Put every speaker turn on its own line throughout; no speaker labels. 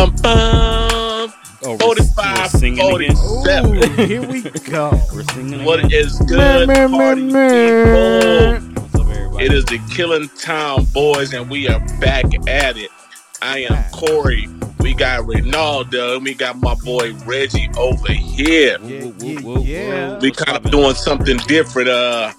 Ba-dum-bum-bum-bum.
Oh, we're-
45,
we're singing again.
47.
Ooh, here we go.
We're singing
What
again.
is good,
Meh, meh,
party
meh,
people?
What's up, everybody?
It is the Killing Town Boys, and we are back at it. I am Corey. We got Reynaldo, and we got my boy Reggie over here.
Yeah,
Woo, woo,
yeah,
woo, woo,
yeah.
woo.
We
What's
kind of
poppin'?
doing something different. Uh,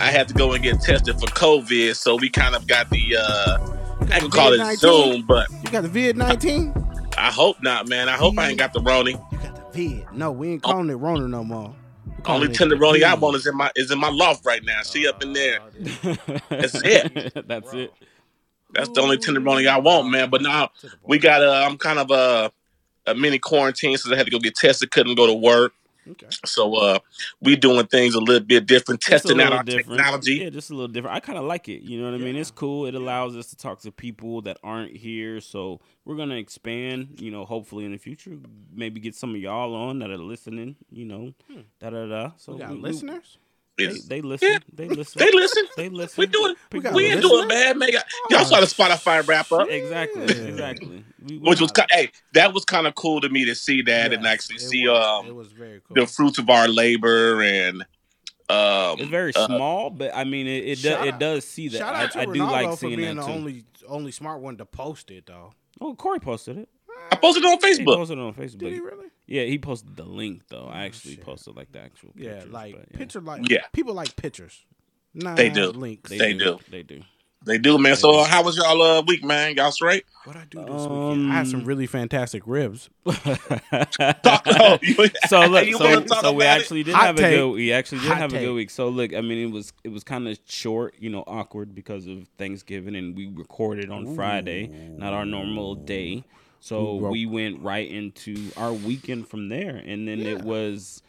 I had to go and get tested for COVID, so we kind of got the uh, I can call it
COVID-19?
Zoom, but
You got the vid 19?
I hope not, man. I hope I
Mm-hmm.
ain't got the Roni.
You got the vid. No, we
Oh.
ain't calling it Rona no more. We're calling
Only
it
tender Roni I
vid.
want is in my is in my loft right now. She up in there.
That's
it.
That's it.
That's the only tenderoni I want, man. But now we got. Uh, I'm kind of uh, a mini quarantine since I had to go get tested. Couldn't go to work,
Okay.
so uh, we doing things a little bit different,
Just a
testing out
little
our
different.
technology.
Yeah, just a little different. I kind of like it. You know what I mean? It's cool. It allows us to talk to people that aren't here. So we're gonna expand. You know, hopefully in the future, maybe get some of y'all on that are listening. You know, da da da. So
Hmm. We got
we- we-
listeners?
They,
It's-
they listen.
Yeah.
They listen.
They listen.
They listen.
We doing.
We got
We ain't
listeners?
doing bad, man. Y'all saw the Spotify wrap up.
Exactly.
Oh. Yeah.
Exactly. We, we-
which was kind hey, that was kind of cool to me to see that and
Yes,
actually
it
see
was,
um
It was very cool.
the fruits of our labor and
it's
um
very
uh,
small, but I mean it. It, do,
Shout
it
out-
does see that.
Shout out to
I, I do
Ronaldo
like
for
seeing
being
that
the
too.
only only smart one to post it though.
oh, Corey posted it.
I posted it on
He
Facebook.
posted it on
Did he
Facebook.
really?
Yeah, he posted the link though. I actually
shit.
posted like the actual.
Yeah,
pictures,
like
but, yeah.
picture like
Yeah.
people like pictures. Nah,
They do.
links.
They do.
They do.
They do, man. So how was y'all uh, week, man? Y'all straight?
What I do this weekend? I had some
Um,
really fantastic ribs.
Talk, oh, you-
so look,
you
so,
wanna talk
so we
about it?
actually did
Hot
have a
take.
good. We actually did
Hot
have a good
take.
week. So look, I mean, it was it was kind of short, you know, awkward because of Thanksgiving, and we recorded on Friday, not our normal day. So
Ooh, bro.
we went right into our weekend from there, and then
Yeah.
it was.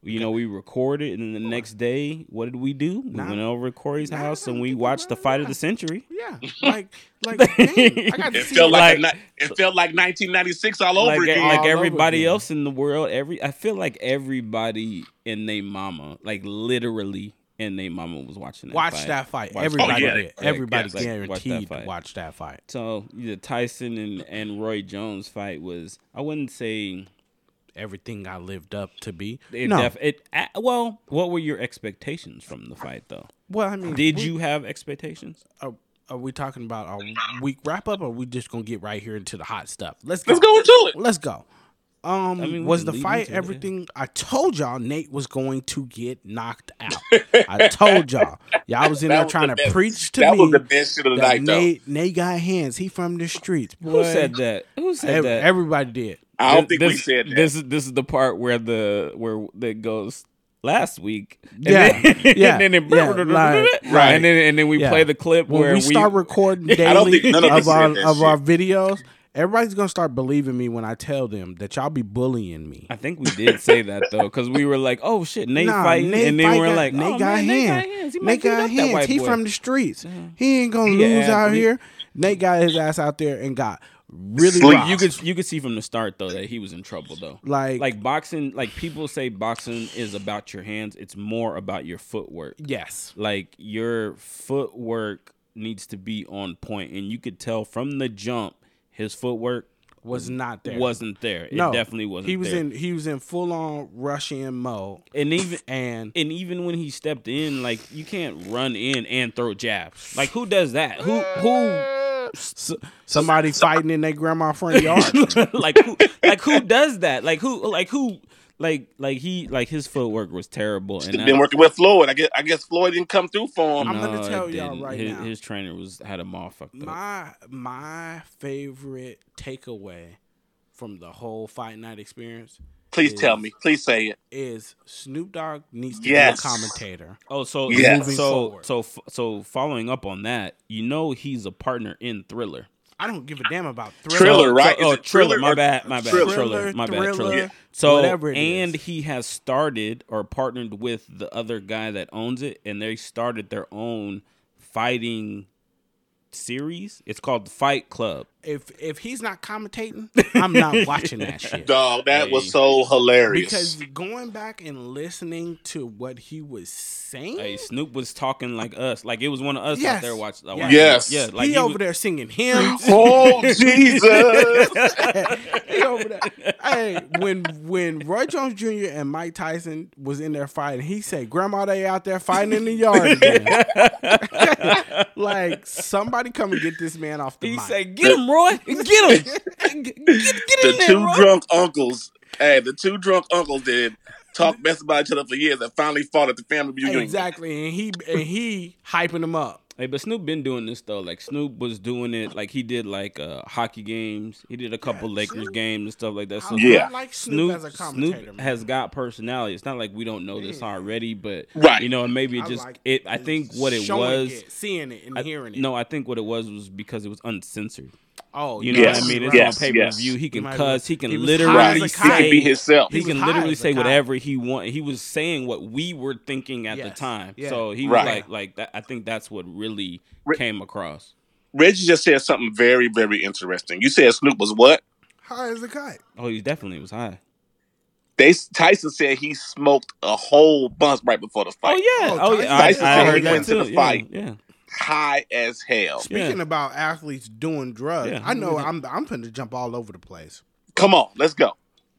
You know, we recorded, and then the next day, what did we do? We
Nah.
went over to Corey's
Nah, I
house,
don't
and we
think
watched the
about it.
fight of the century.
Yeah, like like dang, I got to
It
see
felt like, a
Like-
ni- it felt like 1996 all over
like,
again.
like
All over
everybody
again.
else in the world every i feel like everybody and they mama like literally and they mama was watching that
watch
fight.
that fight.
Watch
Everybody
that
did.
fight.
Everybody
Yes, yes.
Watch that
guaranteed
fight.
to watch that fight.
so the tyson and, and roy jones fight was i wouldn't say
Everything I lived up to be.
it,
no,
def, it a- well what were your expectations from the fight though
well, I mean,
did
Hmm. we-
you have expectations
Are, are we talking about our week wrap up, or are we just gonna get right here into the hot stuff? Let's go.
Let's go into it.
Let's go. Um,
I mean, we
was
can
the
lead
fight
into it, yeah.
everything? I told y'all Nate was going to get knocked out. I told y'all. Y'all was in
That
there
was
trying
the
to
best.
preach to
That
me
was the best shit of the
that
night, though.
Nate, Nate got hands. He from the streets.
who
Boy,
said that who said
Ev-
that
Everybody did.
I don't
Thi-
think
this,
we said that.
This is this is the part where the where that goes last week. And
Yeah,
then,
yeah,
and then it,
yeah, like,
right.
And then and then we
Yeah.
play the clip
When
where
we start recording daily
think none of us
of
said
our
that
of
shit.
our videos, everybody's gonna start believing me when I tell them that y'all be bullying me.
I think we did say that though, because we were like, "Oh shit, Nate
Nah,
fighting,"
Nate
and then
fight
we're
got-
like,
Nate
"Oh
got
man, Nate got
hands.
hands. He
Nate
might
got
got that
hands.
white
He
boy.
from the streets. He ain't gonna
He a
lose out
athlete.
here. Nate got his ass out there and got really
Sleep.
rocked.
you could you could see from the start though that he was in trouble though.
like,
Like boxing, like people say boxing is about your hands. It's more about your footwork.
yes,
like your footwork needs to be on point and you could tell from the jump his footwork
was not there.
wasn't there it
no,
definitely wasn't
He was
there.
in he was in full on Russian mode,
and even
and
and even when he stepped in like you can't run in and throw jabs like who does that who who
s- somebody fighting in their grandma front yard.
like who like who does that like who like who like like he like his footwork was terrible and
Been working with Floyd. I guess I guess Floyd didn't come through for him.
I'm gonna
it
tell y'all
didn't.
right
his,
now.
his trainer was had him all fucked up
my my favorite takeaway from the whole fight night experience
Please tell me. Please say it.
is Snoop Dogg needs to
Yes.
be a commentator.
Oh, so
Yes.
so
Moving
so
forward.
so f- so following up on that, you know he's a partner in Thriller.
I don't give a damn about
Thriller,
So-
right?
so-
Is
oh,
it
Thriller.
Thriller
My
or-
bad. My bad. Thriller.
Thriller?
my bad.
Thriller,
Thriller.
Yeah.
So
whatever it
and
is.
he has started or partnered with the other guy that owns it, and they started their own fighting series. It's called The Fight Club.
If if he's not commentating, I'm not watching that shit.
Dog, that
Hey.
was so hilarious.
Because going back and listening to what he was saying,
Hey, Snoop was talking like us, like it was one of us
Mm. Yes.
out there watching.
Yes.
watching.
Yes.
yeah, like
he,
was-
over there singing hymns.
oh Jesus!
he over there. Hey, when when Roy Jones Jr. and Mike Tyson was in there fighting, he said, "Grandma, they out there fighting in the yard." again." like somebody come and get this man off the
He
mic.
said, "Get him, Roy! Get him! Get, get, get in
the
there,
two
Roy!"
drunk uncles. Hey, the two drunk uncles did talk mess about each other for years and finally fought at the family reunion.
exactly, and he and he hyping him up.
Hey, but Snoop been doing this though. Like Snoop was doing it. Like he did like uh, hockey games. He did a couple Lakers
Snoop-
games and stuff like that.
I,
Snoop,
Yeah.
I like Snoop,
Snoop,
as a commentator.
Snoop
man.
has got personality. It's not like we don't know this already, but
Right.
you know, and maybe it
I
just
like
it. I think what it
showing
was.
it, seeing it, and
I-
hearing it.
no, I think what it was was because it was uncensored.
oh,
You know
Yes,
what I mean? It's
yes,
on pay per view.
yes.
He can
Might as well.
cuss. He can
He was high
literally
as a
Right, he
kite.
can be himself.
he
was
can
high
literally
as a
say
kite.
whatever he want. He was saying what we were thinking at
Yes.
the time.
Yeah.
So he
Right.
was like, like that. I think that's what really
Re-
came across.
Reggie just said something very, very interesting. You said Snoop was what?
High as a kite.
Oh, he definitely was high.
They Tyson said he smoked a whole bunch right before the fight.
Oh yeah.
Oh,
Oh, yeah. I,
Tyson
I
said he
heard that
went to
too.
the
yeah.
fight.
Yeah.
High as hell.
Yeah.
Speaking about athletes doing drugs,
Yeah.
I know I'm I'm finna jump all over the place.
Come on, let's go.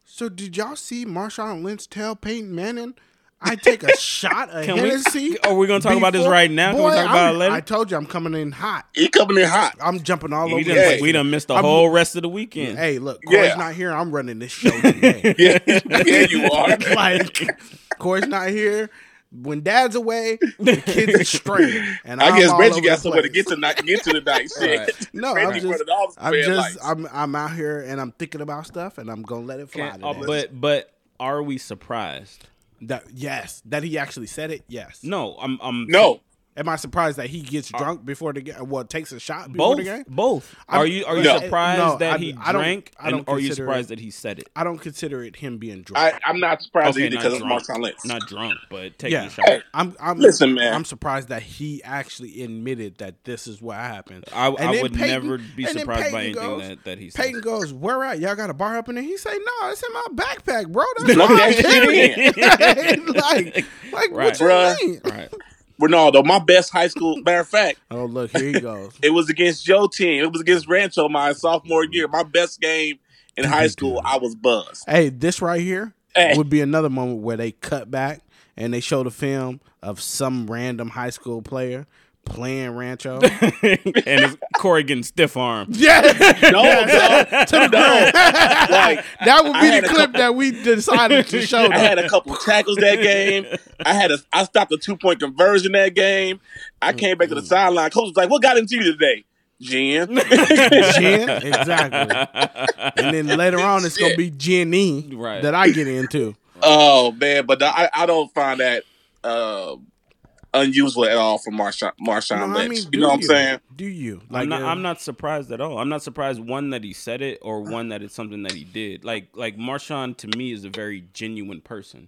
So did y'all see Marshawn Lynch tell Peyton Manning, "I take a shot of
Can we-
Hennessy"?
are we Oh, gonna talk about this
before-"
right now? Can we
Boy,
talk about
I'm-
it later?
I told you I'm coming in hot.
He coming in hot.
I'm jumping all
We
over. the
done,
Yeah.
place.
we done missed the
I'm-
whole rest of the weekend.
Hey, look, Corey's
Yeah.
not here. I'm running this show today.
Yeah, yeah, you are.
like Corey's not here. When Dad's away, the kids are straight. And
I
I'm
guess
all
Reggie
over
got
the
somewhere to
place.
get to night, get to tonight. Shit.
Right.
No,
Reggie
I'm just,
running all the
I'm
red
just,
lights.
I'm, I'm out here and I'm thinking about stuff, and I'm gonna let it fly.
Can't- oh,
today.
but but are we surprised?
that, yes, that he actually said it. Yes.
No, I'm I'm
no,
Am I surprised that he
Uh,
gets drunk before the game? Well, takes a shot before
both
the game.
both.
I'm-
are you are you
No.
surprised
No,
that
I-
he
I don't-
drank?
I don't
and are you
consider it-
surprised that he said it?
I don't consider it him being drunk.
I, I'm not surprised
Okay,
either
not
because it's
drunk.
Marshawn Lynch.
Not drunk, but taking
yeah,
a shot.
I'm, I'm.
Listen, man.
I'm surprised that he actually admitted that this is what happened.
I,
And
I
then
would
Peyton-
never be
and then
surprised by
Peyton
anything
goes-
that, that he said.
Peyton goes, "Where at? Y'all got a bar up in there?" He say, "No, it's in my backpack, bro. That's
Plug
all I
that shit in.
carry." like,
Right.
like what you
Bruh.
mean?
Right.
Ronaldo, my best high school. Matter of fact,
Oh, look, here he goes.
it was against your team. It was against Rancho my sophomore year. My best game in high
Mm-hmm.
school. I was buzzed.
hey, this right here
Hey.
would be another moment where they cut back and they show the film of some random high school player playing Rancho.
and it's Corey getting stiff arm.
yes,
No, no,
to the
no.
ground.
Like
that would
I
be
had
the
a
clip
couple-
that we decided to show.
I had a couple tackles that game. I had a I stopped a two point conversion that game. I came back to the sideline. Coach was like, "What got into you today, Jen?"
Gin, exactly. And then later on, it's gonna be Jenny
Right.
that I get into.
oh man, but I, I don't find that uh, unusual at all from Marshawn Marshawn
No, I
Lynch.
mean,
you
do
know what I'm saying?
Do you?
I'm not,
uh,
I'm not surprised at all. I'm not surprised one that he said it or one that it's something that he did. Like like Marshawn to me is a very genuine person.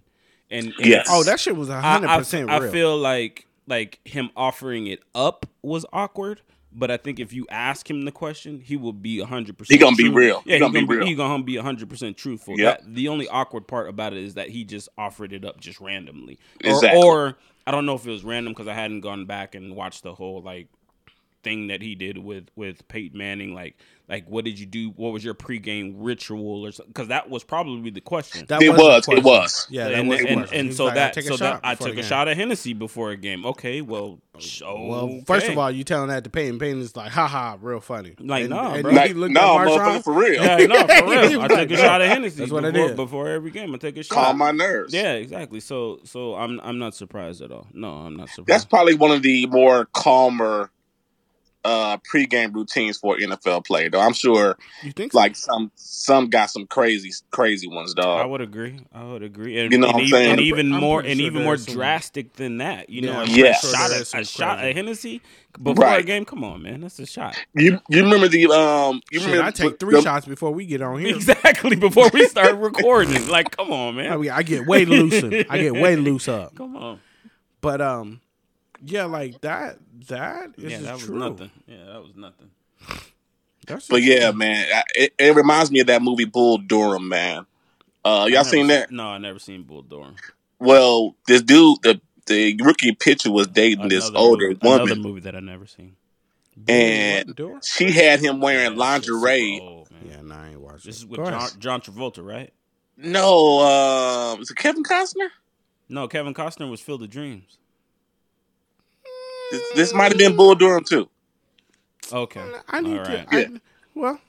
And, and
Yes.
Oh, that shit was
I- I-
hundred percent
I,
real.
feel like like him offering it up was awkward, but I think if you ask him the question, he will be hundred percent.
He gonna be real. He
Yeah, he
gonna be real.
He gonna be hundred percent truthful.
Yep.
That- the only awkward part about it is that he just offered it up just randomly, or,
Exactly.
or I don't know if it was random because I hadn't gone back and watched the whole like thing that he did with with Peyton Manning. Like like what did you do? What was your pregame ritual or because that was probably the question.
That
It
the
was, it
question.
was.
Yeah, that
and,
was the
and,
question.
and
He was
so
like, I
that
take a
so that
shot
I
before
took
the
a
game.
shot of Hennessy before a game. Okay, well, so
Well, first of all, you telling that to Peyton. Peyton is like, haha, real funny.
Like,
and,
nah,
and
bro.
he
Like, no,
looked at
motherfucker,
Marshawn,
for real.
yeah, no, for
He
real, I
was
took
like,
a shot of Hennessy
that's
before,
what I did.
before every game. I take a shot.
Calm my nerves.
yeah, exactly. So so I'm I'm not surprised at all. No, I'm not
That's
surprised.
probably one of the more calmer uh pregame routines for an NFL player, though. I'm sure
you think so?
like some some got some crazy crazy ones,
I
dog.
would agree. I would agree. And,
You know
and
what I'm
even,
saying?
and
I'm
even
pre- I'm
more
pretty
and
sure
even
there
more
is some-
drastic than that. You
Yeah,
know,
I'm
a
Yes.
shot
pretty
sure there
of-
is
a,
some
shot of
crazy-
Hennessy before
Right.
a game. Come on, man, that's a shot.
You you remember the um you
Shit,
remember
I take three
the-
shots before we get on here.
Exactly before we start recording. Like, come on,
Oh, I,
man.
mean, I get way looser. I get way loose up.
Come on.
But um, Yeah, like that. That is
yeah,
just
that was
true.
nothing. Yeah, that was nothing.
That's
But
just
yeah,
true.
man, I, it, it reminds me of that movie Bull Durham, man. Uh,
I
y'all
never
seen that?
No, I never seen Bull Durham.
Well, this dude, the the rookie pitcher, was dating this
Another
older
movie, another
woman,
movie that I never seen.
Bull Durham
and
door?
she had him wearing
Yeah, it's just super
lingerie.
old, man.
Yeah, no, I ain't watching.
This is
it.
with
Go ahead.
John, John Travolta, right?
No, um, is it Kevin Costner?
No, Kevin Costner was Field of Dreams.
This, this might have
Mm.
been Bull Durham too. Oh,
Okay,
I need
All right.
to. I,
Yeah.
Well,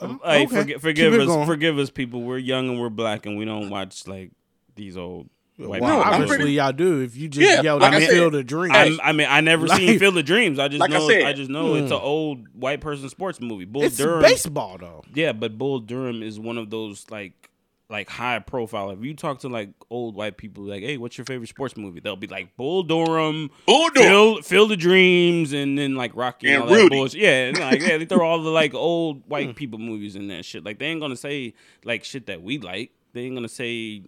Um,
uh,
Hey,
okay.
forgi- forgive
Keep it
us,
going.
forgive us, people. We're young and we're black, and we don't watch like these old. White
well,
No, I'm
obviously
pretty-
y'all do. If you just
Yeah,
yelled,
like
I
I said,
feel the dream.
I'm, I mean, I never seen
Like-
Field of Dreams. I just
like I
know,
said.
I, just know it's
Hmm.
an old white person sports movie. Bull
it's
Durham,
baseball though.
yeah, but Bull Durham is one of those like, like high profile. If you talk to like old white people, like, hey, what's your favorite sports movie? They'll be like Bull Durham,
Bull Durham.
Field, Field of Dreams, and then like Rocky and,
And
all that
Rudy.
bullshit. Yeah, and, like yeah, they throw all the like old white people movies in that shit. Like they ain't gonna say like shit that we like. They ain't gonna say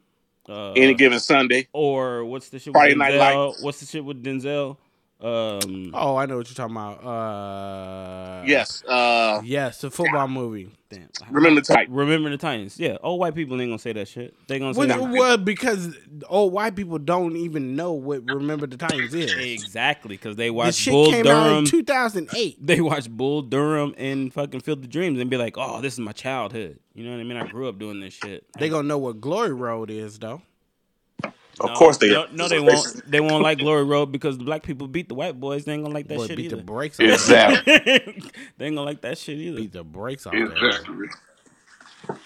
uh,
Any given Sunday,
or what's the shit
Friday
with
Night
Denzel?
Lights.
What's the shit with Denzel? Um,
Oh, I know what you're talking about. Uh,
yes. Uh,
yes, the football movie.
damn.
remember the type.
Remember the Titans. Yeah, old white people ain't gonna say that shit. They gonna say
Well,
that.
well, because old white people don't even know what Remember the Titans is.
exactly because they
The
watch
shit
Bull
came out
Durham.
in 2008.
they watch Bull Durham and fucking Field of Dreams and be like, "Oh, this is my childhood." You know what I mean? I grew up doing this shit.
They gonna know what Glory Road is though.
Of course they.
No, no, they won't. They won't like Glory Road because the black people beat the white boys. They ain't gonna like that
Boy,
shit
beat
either.
the brakes off.
Exactly.
they ain't gonna like that shit either.
Beat the brakes off. that.
Exactly.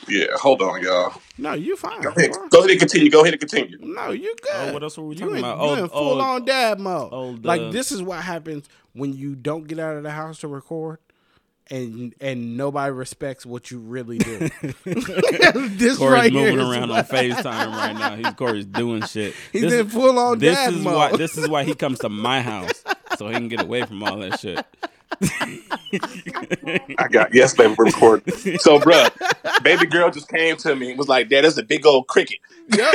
Yeah. Hold on, y'all.
No, you fine.
Go ahead.
bro.
Go ahead and continue. Go ahead and continue.
No, you
Oh,
good.
what else were we
you
talking
in,
about?
you
Oh,
in
oh,
full on dad mode.
oh, the-
like this is what happens when you don't get out of the house to record, and and nobody respects what you really do. this
Corey's
right here
moving
is
around on
what-
Facetime right now. He's Corey's doing shit.
He's in full on
This
dad
is Oh,
mode.
why. This is why he comes to my house so he can get away from all that shit.
I got yesterday we recording. So, bruh, baby girl just came to me and was like, "Dad, that's a big old cricket."
yep.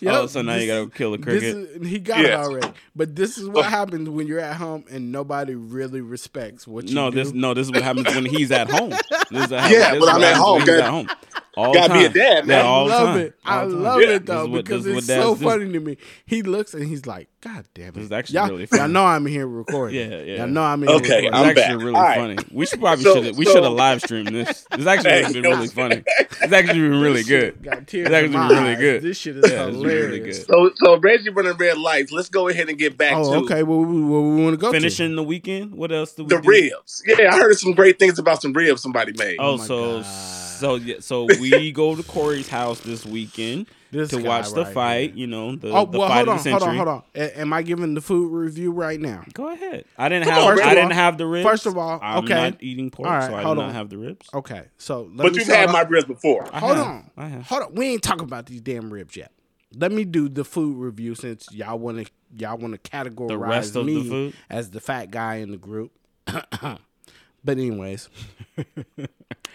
yep.
Oh, so now you
This-
gotta kill a
This
cricket.
is, he got it
Yeah.
already, but this is what happens when you're at home and nobody really respects what you
No,
do.
this no, this is what happens when he's at home. This
Yeah,
is what this
but
is
I'm
what
at
happens when
home,
He's
guys.
at home. All
Gotta
time.
be a dad, man.
Yeah, all
I love
time.
it. I
All time.
love
Yeah.
it
This
though
is what-
because
this is
it's
what dads
so
do.
funny to me. He looks and he's like, "God damn it!"
This is actually
y'all,
really
y'all
funny.
know I'm in here recording.
Yeah, yeah.
Y'all know I'm in
Okay,
It's
here.
I'm
recording.
actually
back.
really
All right.
funny. We should probably
So-
should have we
so-
should have live streamed this. This actually
Hey,
would have been
yo.
really funny. It's actually been really
This shit
good.
Got tears
It's actually
in my
really
eyes.
good.
This shit is
Yeah, it's really
hilarious.
good.
So, so Reggie running red lights. Let's go ahead and get back
Oh,
to
okay. Well, we, well, we want to go to.
Finishing the weekend. What else do we
the
do?
ribs. Yeah, I heard some great things about some ribs somebody made.
Oh,
Oh my
so
God.
so yeah, so we go to Corey's house this weekend
This
to
guy
watch the
right
fight.
here.
You know, the,
Oh
the
well,
fight
hold
of
on,
the
hold
century.
on, hold on. A- am I giving the food review right now?
Go ahead. I didn't
Come
have.
on, first
I
of
didn't
all-
have the ribs.
first of all,
I'm
okay.
not eating pork,
All right,
so I
hold
did not
on.
have the ribs.
Okay, so let
but
me
you've
start
had
off-
my ribs before.
I
Hold
have.
on.
I have.
Hold on. We ain't talking about these damn ribs yet. Let me do the food review since y'all want to y'all want to categorize
rest of the
me
food?
as the fat guy in the group. but anyways,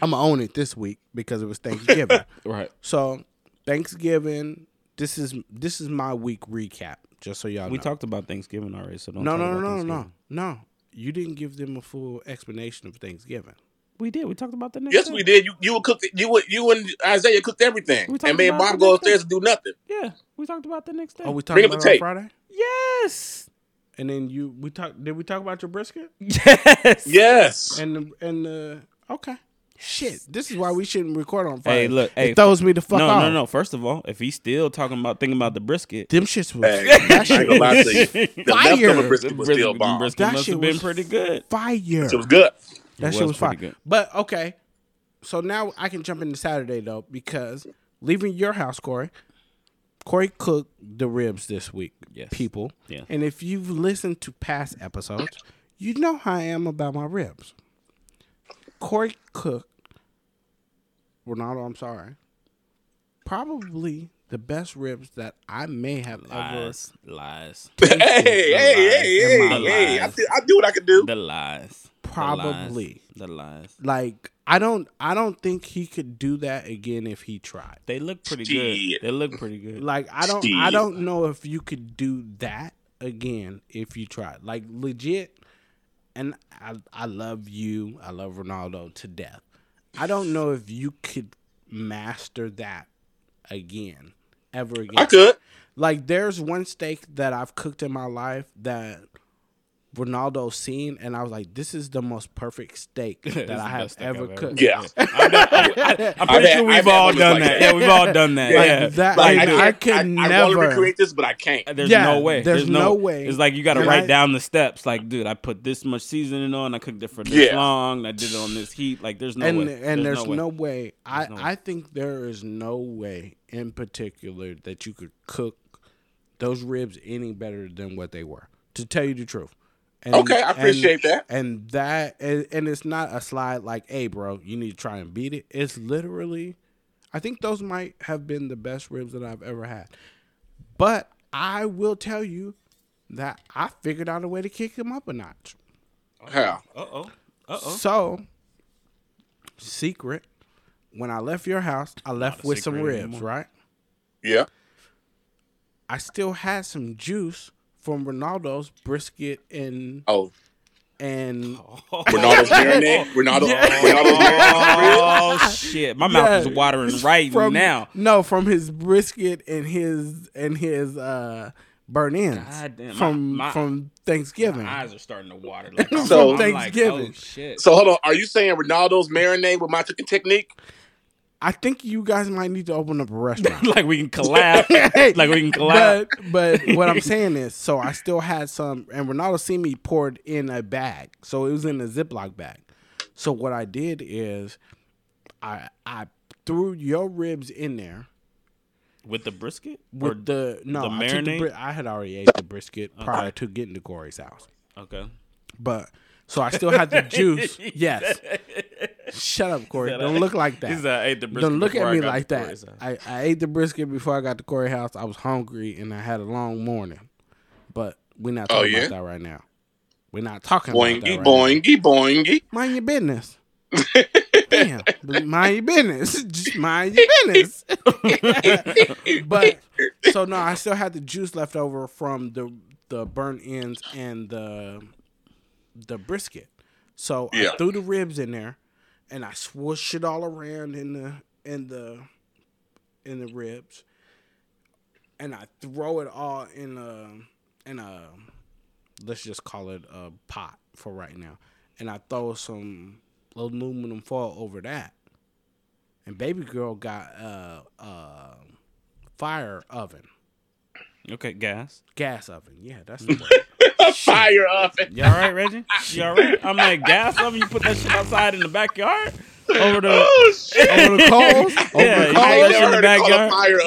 I'm gonna own it this week because it was Thanksgiving.
Right.
so Thanksgiving, this is this is my week recap. Just so y'all
We
know.
talked about Thanksgiving already, so don't.
no,
talk
no,
about
no, no, no,
Thanksgiving.
no. You didn't give them a full explanation of Thanksgiving.
We did. We talked about the next.
Yes,
day.
we did. You you would cook. You would, you and Isaiah cooked everything,
We talking
and me and
about
mom
the
go
next day.
upstairs and do nothing.
Yeah, we talked about the next day.
Oh, we talking
Bring up
about
the
it on
tape.
Friday,
yes,
and then you we talked. Did we talk about your brisket?
yes,
Yes.
and the, and the okay. Shit, this is why we shouldn't record on Friday.
Hey, look,
it
hey,
throws me the fuck
no,
off.
no, no. First of all, if he's still talking about thinking about the brisket,
Them shits was
Hey, I
that
ain't
shit
gonna lie
was
to you. The
Fire.
leftover
the
brisket was still
the
bomb.
brisket
That
must
shit
have been
was-
pretty good.
fire.
It was good.
That
It
shit was
was
fire.
pretty good.
But okay, so now I can jump into Saturday though because leaving your house, Corey. Corey cooked the ribs this week,
Yes.
people.
Yeah.
And if you've listened to past episodes, you know how I am about my ribs. Corey cooked Ronaldo, I'm sorry. Probably the best ribs that I may have
Lies, lies,
hey, hey, hey,
Am I
hey, hey! I,
lying?
feel- I do what I can do.
the lies,
Probably.
the lies. The lies.
ever like I don't I don't think he could do that again if he tried.
They look pretty
Shit.
good. They look pretty good.
Like I don't I
Steve.
don't know if you could do that again if you try. Like legit, and I I love you. I love Ronaldo to death. I don't know if you could master that again, ever again.
I could.
Like there's one steak that I've cooked in my life that Ronaldo seen, and I was like, "This is the most perfect steak that
the
I have
best steak
ever
I've ever-
cooked."
Yeah.
I'm, not- I'm- I'm pretty
I've had-
sure
I've
we've
had
all
moments like
done that.
that.
Yeah, we've all done that.
Like,
yeah.
that-
Like,
and I,
I,
could
can I, I want to
never.
recreate this, but I can't.
There's
Yeah,
no way.
there's
There's,
no
no
way.
It's like you got to
And
write
I-
down the steps. Like, dude, I put this much seasoning on. I cooked it for this
Yeah.
long. I did it on this heat. Like, there's no
and
way.
and there's,
way.
no, way. I
There's no way.
I think there is no way in particular that you could cook those ribs any better than what they were. To tell you the truth. And,
Okay, I appreciate that.
And that and, and it's not a slide like, "Hey, bro, you need to try and beat it." It's literally, I think those might have been the best ribs that I've ever had. But I will tell you that I figured out a way to kick them up a notch.
How?
Uh oh. Uh oh.
So, secret. When I left your house, I left
a
with some
secret
ribs,
anymore.
right?
Yeah.
I still had some juice from Ronaldo's brisket and
Oh,
and
Oh,
Ronaldo's marinade. Ronaldo. Ronaldo's marinade.
Oh shit! My mouth
Yeah.
is watering right
from
now.
No, from his brisket and his and his uh burnt ends
God damn, my-
from
my-
from Thanksgiving.
My eyes are starting to water. Like,
So-
I'm like,
Thanksgiving.
oh shit!
So hold on. Are you saying Ronaldo's marinade with my chicken technique?
I think you guys might need to open up a restaurant.
like we can collab. like we can collab.
But but what I'm saying is, so I still had some, and Ronaldo seen me poured in a bag, so it was in a Ziploc bag. So what I did is, I I threw your ribs in there
with the brisket
with
Or-
the no.
the
I, took the
marinade? Uh-huh.
bri- I had already ate the brisket prior to getting to Corey's house,
okay.
but so I still had the juice. Yes. Shut up, Corey.
said,
Don't
"I-
look like that.
He said, I ate the brisket.
Don't look
before
at
I
me
got
like
to
that.
Corey's house."
I, I ate the brisket before I got to Corey house. I was hungry and I had a long morning. But we're not
Oh,
talking
yeah?
about that right now. We're not talking about
Boingy,
that right now.
boingy, boingy.
Mind your business. Damn. but Mind your business. Just mind your business. but so no, I still had the juice left over from the the burnt ends and the the brisket. So I
Yeah.
threw the ribs in there and I swooshed it all around in the in the in the ribs. And I throw it all in a in a let's just call it a pot for right now. And I throw some aluminum foil over that. And baby girl got a, a fire oven,
Okay, gas.
gas oven. Yeah, that's the word.
Fire oven.
You all right, Reggie? You all right? I'm like, gas oven? You put that shit outside in the backyard? Over the...
Oh shit.
over the coals. Over
Yeah,
the
you
I
make
ain't
that
coals.
shit in
never heard
the
it called a
backyard.
fire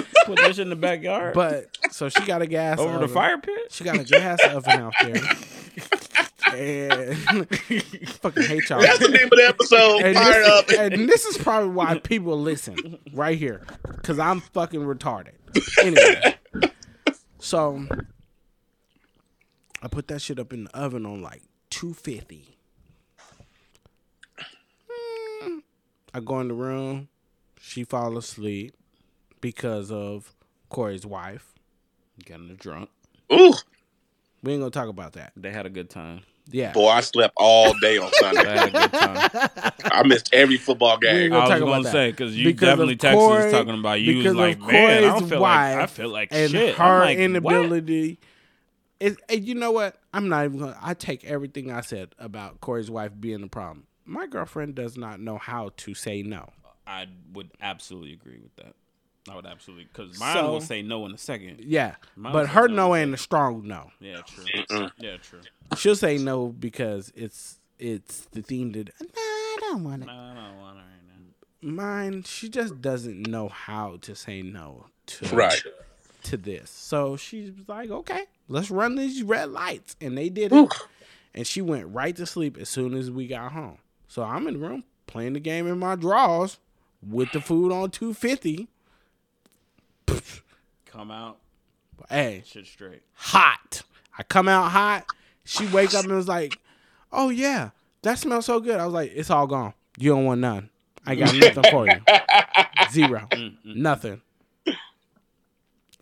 oven.
Yeah. Put that shit in the backyard?
But so she got a gas
over the
oven.
fire pit?
She got a gas oven out there. And fucking hate y'all.
That's the name of the episode.
And
Fire
this,
oven.
and this is probably why people listen right here because I'm fucking retarded. Anyway, so I put that shit up in the oven on like 250. Mm. I go in the room. She falls asleep because of Corey's wife.
Getting drunk.
Ooh,
We ain't gonna talk about that.
They had a good time.
Yeah.
boy, I slept all day on
They
Sunday.
had a good time.
I missed every football
We
game.
gonna
I
talk
was
about
gonna
that.
say because you
Because of
definitely texted
Corey-
us talking about you
because
was like,
of
man, I
Corey's
don't feel like I
wife
feel like
and
shit. I'm
her
like, what?
inability. It, and you know what? I'm not even gonna. I take everything I said about Corey's wife being the problem. My girlfriend does not know how to say no.
I would absolutely agree with that. I would absolutely because mine
So-
will say no in a second.
Yeah,
Mine
but
was
her
like, no,
no ain't a strong no.
Yeah, true. Yeah, true.
She'll say no because it's it's the theme that nah, I don't want it.
I don't want her right now.
Mine, she just doesn't know how to say no to
Right.
to this. So she was like, okay, let's run these red lights. And they did it. and she went right to sleep as soon as we got home. So I'm in the room playing the game in my drawers with the food on 250.
Come out,
Hey,
shit straight.
hot. I come out hot. She wakes up and was like, oh, yeah, that smells so good. I was like, it's all gone. You don't want none.
Mm-hmm.
I got nothing for you. Zero. Nothing.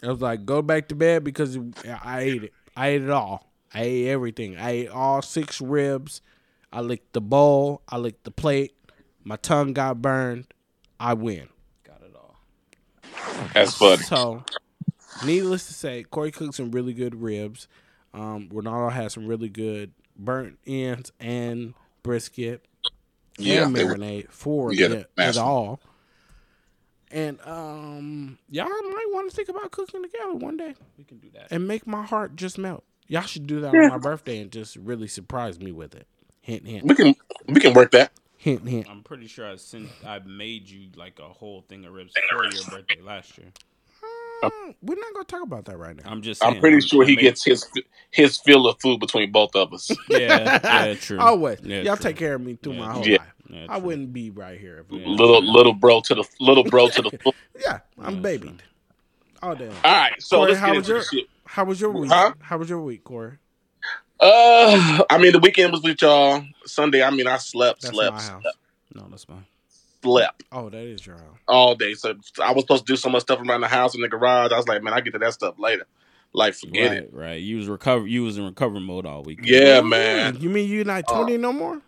I was like, go back to bed because I ate it. I ate it all. I ate everything. I ate all six ribs. I licked the bowl. I licked the plate. My tongue got burned. I win.
Got it all.
That's funny.
So, needless to say, Corey cooked some really good ribs. Um, Ronaldo had some really good burnt ends and brisket
Yeah,
and
they were-
marinade for
Yeah,
it at
massive.
all. And um, y'all might want to think about cooking together one day
We can do that.
and make my heart just melt. Y'all should do that on my birthday and just really surprise me with it. Hint, hint,
we can we can work that.
hint, hint.
I'm pretty sure I sent. I made you like a whole thing of ribs for your birthday last year.
Mm, we're not gonna talk about that right now.
I'm just.
I'm
saying,
pretty
I-
sure
I
he
made-
gets his his fill of food between both of us.
Yeah, yeah, true.
Always,
Yeah,
y'all
true.
take care of me through
Yeah,
my whole
yeah.
life.
Yeah,
I
true.
wouldn't be right here if
Yeah.
little little bro to the little bro to the full.
Yeah, I'm
Yeah,
babied. All day. long.
All right, so
Corey,
let's
how
get
was
into
your-
the shit.
How was your week?
Huh?
How was your week, Corey?
Uh, I mean the weekend was with y'all. Sunday, I mean I slept,
That's
slept,
my house.
No, that's fine.
slept
Oh, that is your house.
all day. So I was supposed to do so much stuff around the house and the garage. I was like, man, I get to that stuff later. Like forget
right,
it.
right. You was recover. You was in recovery mode all week.
Yeah, man. Uh,
You mean you not twenty no more?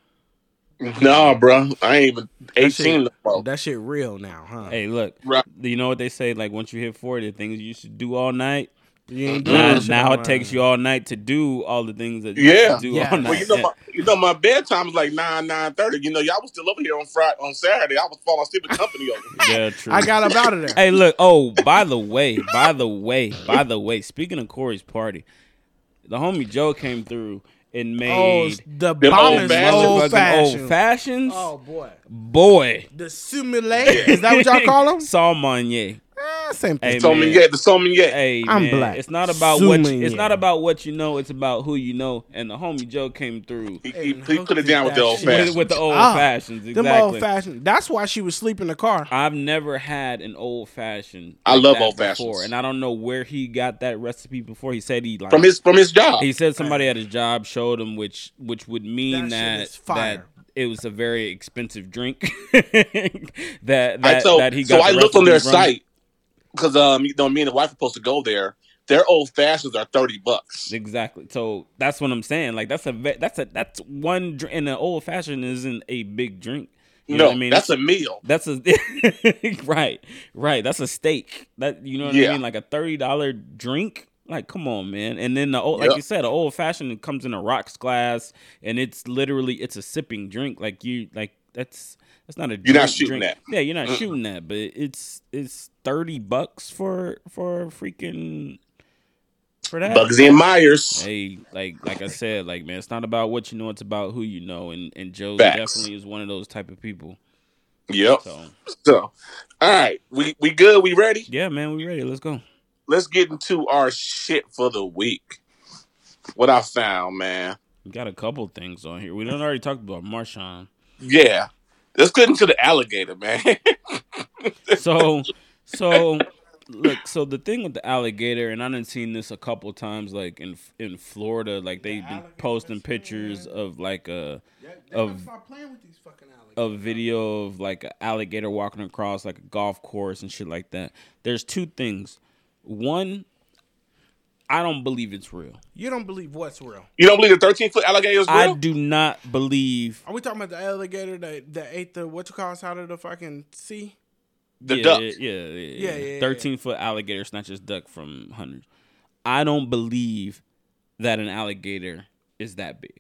Nah, bro. I ain't even
That shit-
eighteen no more.
That shit real now, huh?
Hey, look.
Right.
You know what they say? Like once you hit forty, the things you should do all night.
You ain't doing
Now,
that Mm, shit
now
online.
it takes you all night to do all the things that you
Yeah.
should do
Yeah.
all night.
Well, you know, my, you know, my bedtime was like nine, nine thirty. You know, y'all was still over here on Friday, on Saturday. I was falling asleep with company over. here.
yeah, true.
I got up out of there.
Hey, look. Oh, by the way, by the way, by the way. Speaking of Corey's party, the homie Joe came through and
oh,
made
the
Them
bomb
old
is
fashions.
old
motherfucking old
fashioned.
fashions.
Oh boy,
Boy,
the simulate is that what y'all call them?
Salmonier.
Eh, same
Hey,
thing.
So
man.
many yet, the so many yet.
Hey,
I'm
man,
black.
It's not about what you, it's
Salmonier.
not about what you know. It's about who you know. And the homie Joe came through
He, he,
Hey,
he put it down with the
that
old
shit.
with,
fashioned.
with the old
Ah,
fashions. Exactly. Uh,
Them old fashioned. That's why she was sleeping in the car.
I've never had an old fashioned.
I love old
before,
fashions.
and I don't know where he got that recipe before. He said he like
from his from his job.
He said somebody at his job showed him, which which would mean
That shit
that
is
that
fire.
it was a very expensive drink. that that,
I told
that he got.
so I
the
looked on their
recipe from.
site because um you know me and the wife are supposed to go there. Their old fashions are thirty bucks.
Exactly. So that's what I'm saying. Like that's a ve- that's a that's one drink, and an old fashioned isn't a big drink. You know
no,
what I mean
that's a meal.
That's a right, right. That's a steak. That you know what I
Yeah.
mean? Like a thirty dollar drink. Like, come on, man. And then the old, like
Yep.
you said, the old fashioned it comes in a rocks glass, and it's literally it's a sipping drink. Like you, like that's that's not a
You're not
drink
shooting
drink.
that. Uh-uh.
Yeah, you're not
Mm-mm.
shooting that. But it's it's thirty bucks for for a freaking for that.
Bugsy and Myers.
Hey, like like I said, like man, it's not about what you know, it's about who you know, and and Joe
Facts.
definitely is one of those type of people.
Yep. So.
So
all right, we we good. We ready?
yeah, man, we ready. Let's go.
Let's get into our shit for the week. What I found, man.
We got a couple things on here. We done already talked about Marshawn.
Yeah. Let's get into the alligator, man.
So, so look. So the thing with the alligator, and I done seen this a couple times, like in in Florida, like they've been posting pictures of like a Of-
stop playing with these fucking alligators.
a video of like an alligator walking across like a golf course and shit like that. There's two things. One, I don't believe it's real.
You don't believe what's real.
you don't believe the thirteen foot alligator is
I
real?
do not believe
Are we talking about the alligator that, that ate the what you call us out of the fucking sea?
The
yeah,
duck.
Yeah, yeah, yeah.
Yeah, yeah, yeah.
Thirteen foot alligator snatches duck from hunters. I don't believe that an alligator is that big.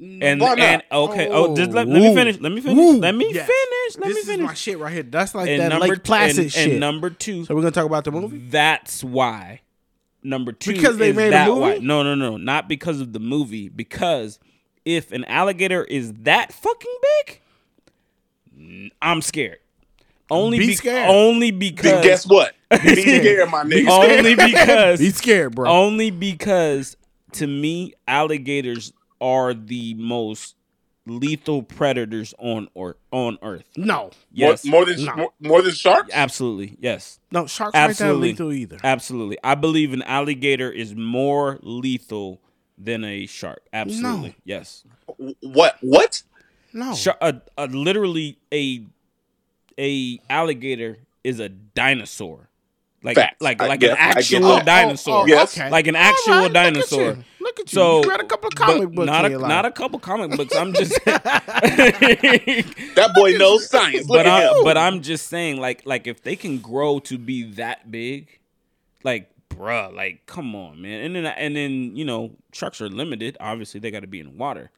Mm,
And,
Why not?
and okay, oh, just let, let me
Ooh.
finish. Let me finish.
Ooh.
Let me
Yes.
finish. Let
this
me
is
finish.
my shit right here. That's like
and
that
number
Lake Placid
and,
shit.
and number two.
so we're gonna talk about the movie.
That's why number two
Because they
is
made a
that
movie?
why. No, no, no, not because of the movie. Because if an alligator is that fucking big, n- I'm scared. Only
Be
be-
scared.
only
Then
because
guess what? Be scared, my nigga.
only because
Be scared, bro.
only because to me alligators are the most lethal predators on or on earth.
No,
More,
Yes.
more than
No.
more, more than sharks.
absolutely. Yes.
no, sharks
Absolutely.
ain't that lethal either.
Absolutely. I believe an alligator is more lethal than a shark. Absolutely.
No.
Yes.
What? What?
No,
Shar- a, a literally a a alligator is a dinosaur. like
Facts.
like
I
like
get-
an
I get
actual
that.
dinosaur,
oh, Yes.
okay.
like an
All
actual
right, look at
dinosaur.
you. Look at you.
So
you read a couple of
but
comic books.
Not a
in your life.
not a couple comic books. I'm just,
That boy knows science. Look
but
at
I'm
him.
but I'm just saying like like if they can grow to be that big, like bruh, like come on, man. And then and then you know trucks are limited. Obviously, they got to be in water.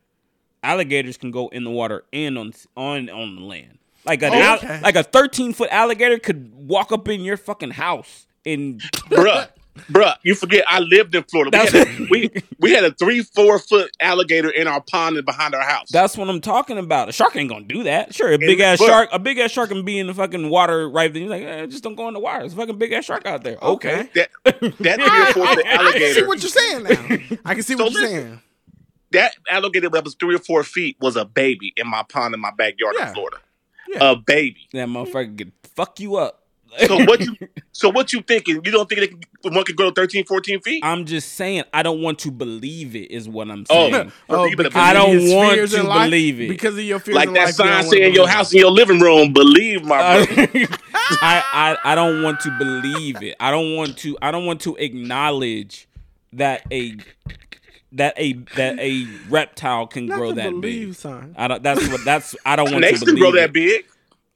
Alligators can go in the water and on on on the land. Like an al-
Okay.
like a 13 foot alligator could walk up in your fucking house and
bruh, bruh, you forget I lived in Florida. We had,
That's-
a, we, we had a three, four foot alligator in our pond and behind our house.
That's what I'm talking about. A shark ain't gonna do that. Sure, a big ass
but-
shark, a big ass shark can be in the fucking water right then. You're like, eh, just don't go in the water. It's a fucking big ass shark out there. Okay.
that that three or four foot
I can see
alligator,
what you're saying now. I can see
So
what you're
listen.
saying.
that alligator that was three or four feet was a baby in my pond in my backyard
Yeah.
in Florida.
Yeah.
A baby.
That motherfucker could fuck you up.
So what you so what you thinking? You don't think they can, one could grow 13, 14 feet?
I'm just saying, I don't want to believe it. Is what I'm
Oh.
saying.
Oh,
because
I
of
don't
his
want
fears
to
in life,
believe it.
because of your fears.
like
in
that
life, you don't
sign
wanna
say in your
believe it.
house in your living room, believe my brother.
I, I I don't want to believe it. I don't want to. I don't want to acknowledge that a that a that a reptile can
Not
grow
to
that
believe,
big.
son.
I don't. That's what. That's. I don't want
Snakes
to
can
believe
grow that
it.
big.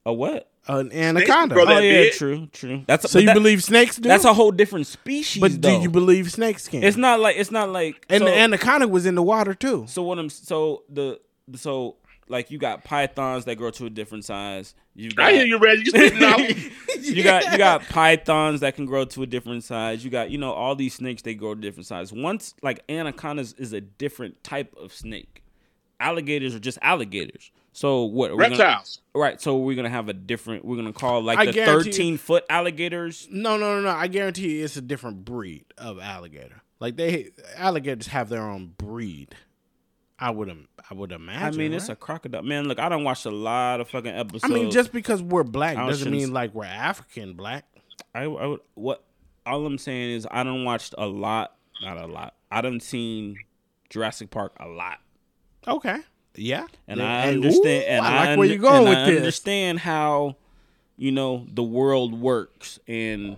A what?
An anaconda.
grow
Oh
that
yeah,
big.
true, true. That's
so
but
you
that-
believe snakes do?
That's a whole different species.
But do
though.
you believe snakes can?
It's not like it's not like
and
so,
the anaconda was in the water too.
so what I'm so the so like you got pythons that grow to a different size. You got
I hear you, Reggie. You spitting out.
you got you got pythons that can grow to a different size. You got you know all these snakes they grow to different size. Once like anacondas is a different type of snake. Alligators are just alligators. So what are we gonna-
reptiles.
right? So we're gonna have a different. We're gonna call like
I
the
guarantee you-
thirteen foot alligators.
No, no, no, no. I guarantee you, it's a different breed of alligator. Like they alligators have their own breed. I would, im- I would imagine.
I mean, it's a
right?
crocodile. Man, look, I don't watch a lot of fucking episodes.
I mean, just because we're black
I
doesn't
shouldn't
mean
s-
like we're African black.
I, I would what all I'm saying is I don't watched a lot, not a lot. I done seen Jurassic Park a lot,
Okay. Yeah.
and
Yeah.
I
Hey,
understand.
ooh,
and
I like
und-
where you're going
and
with
I
this.
Understand how you know the world works and.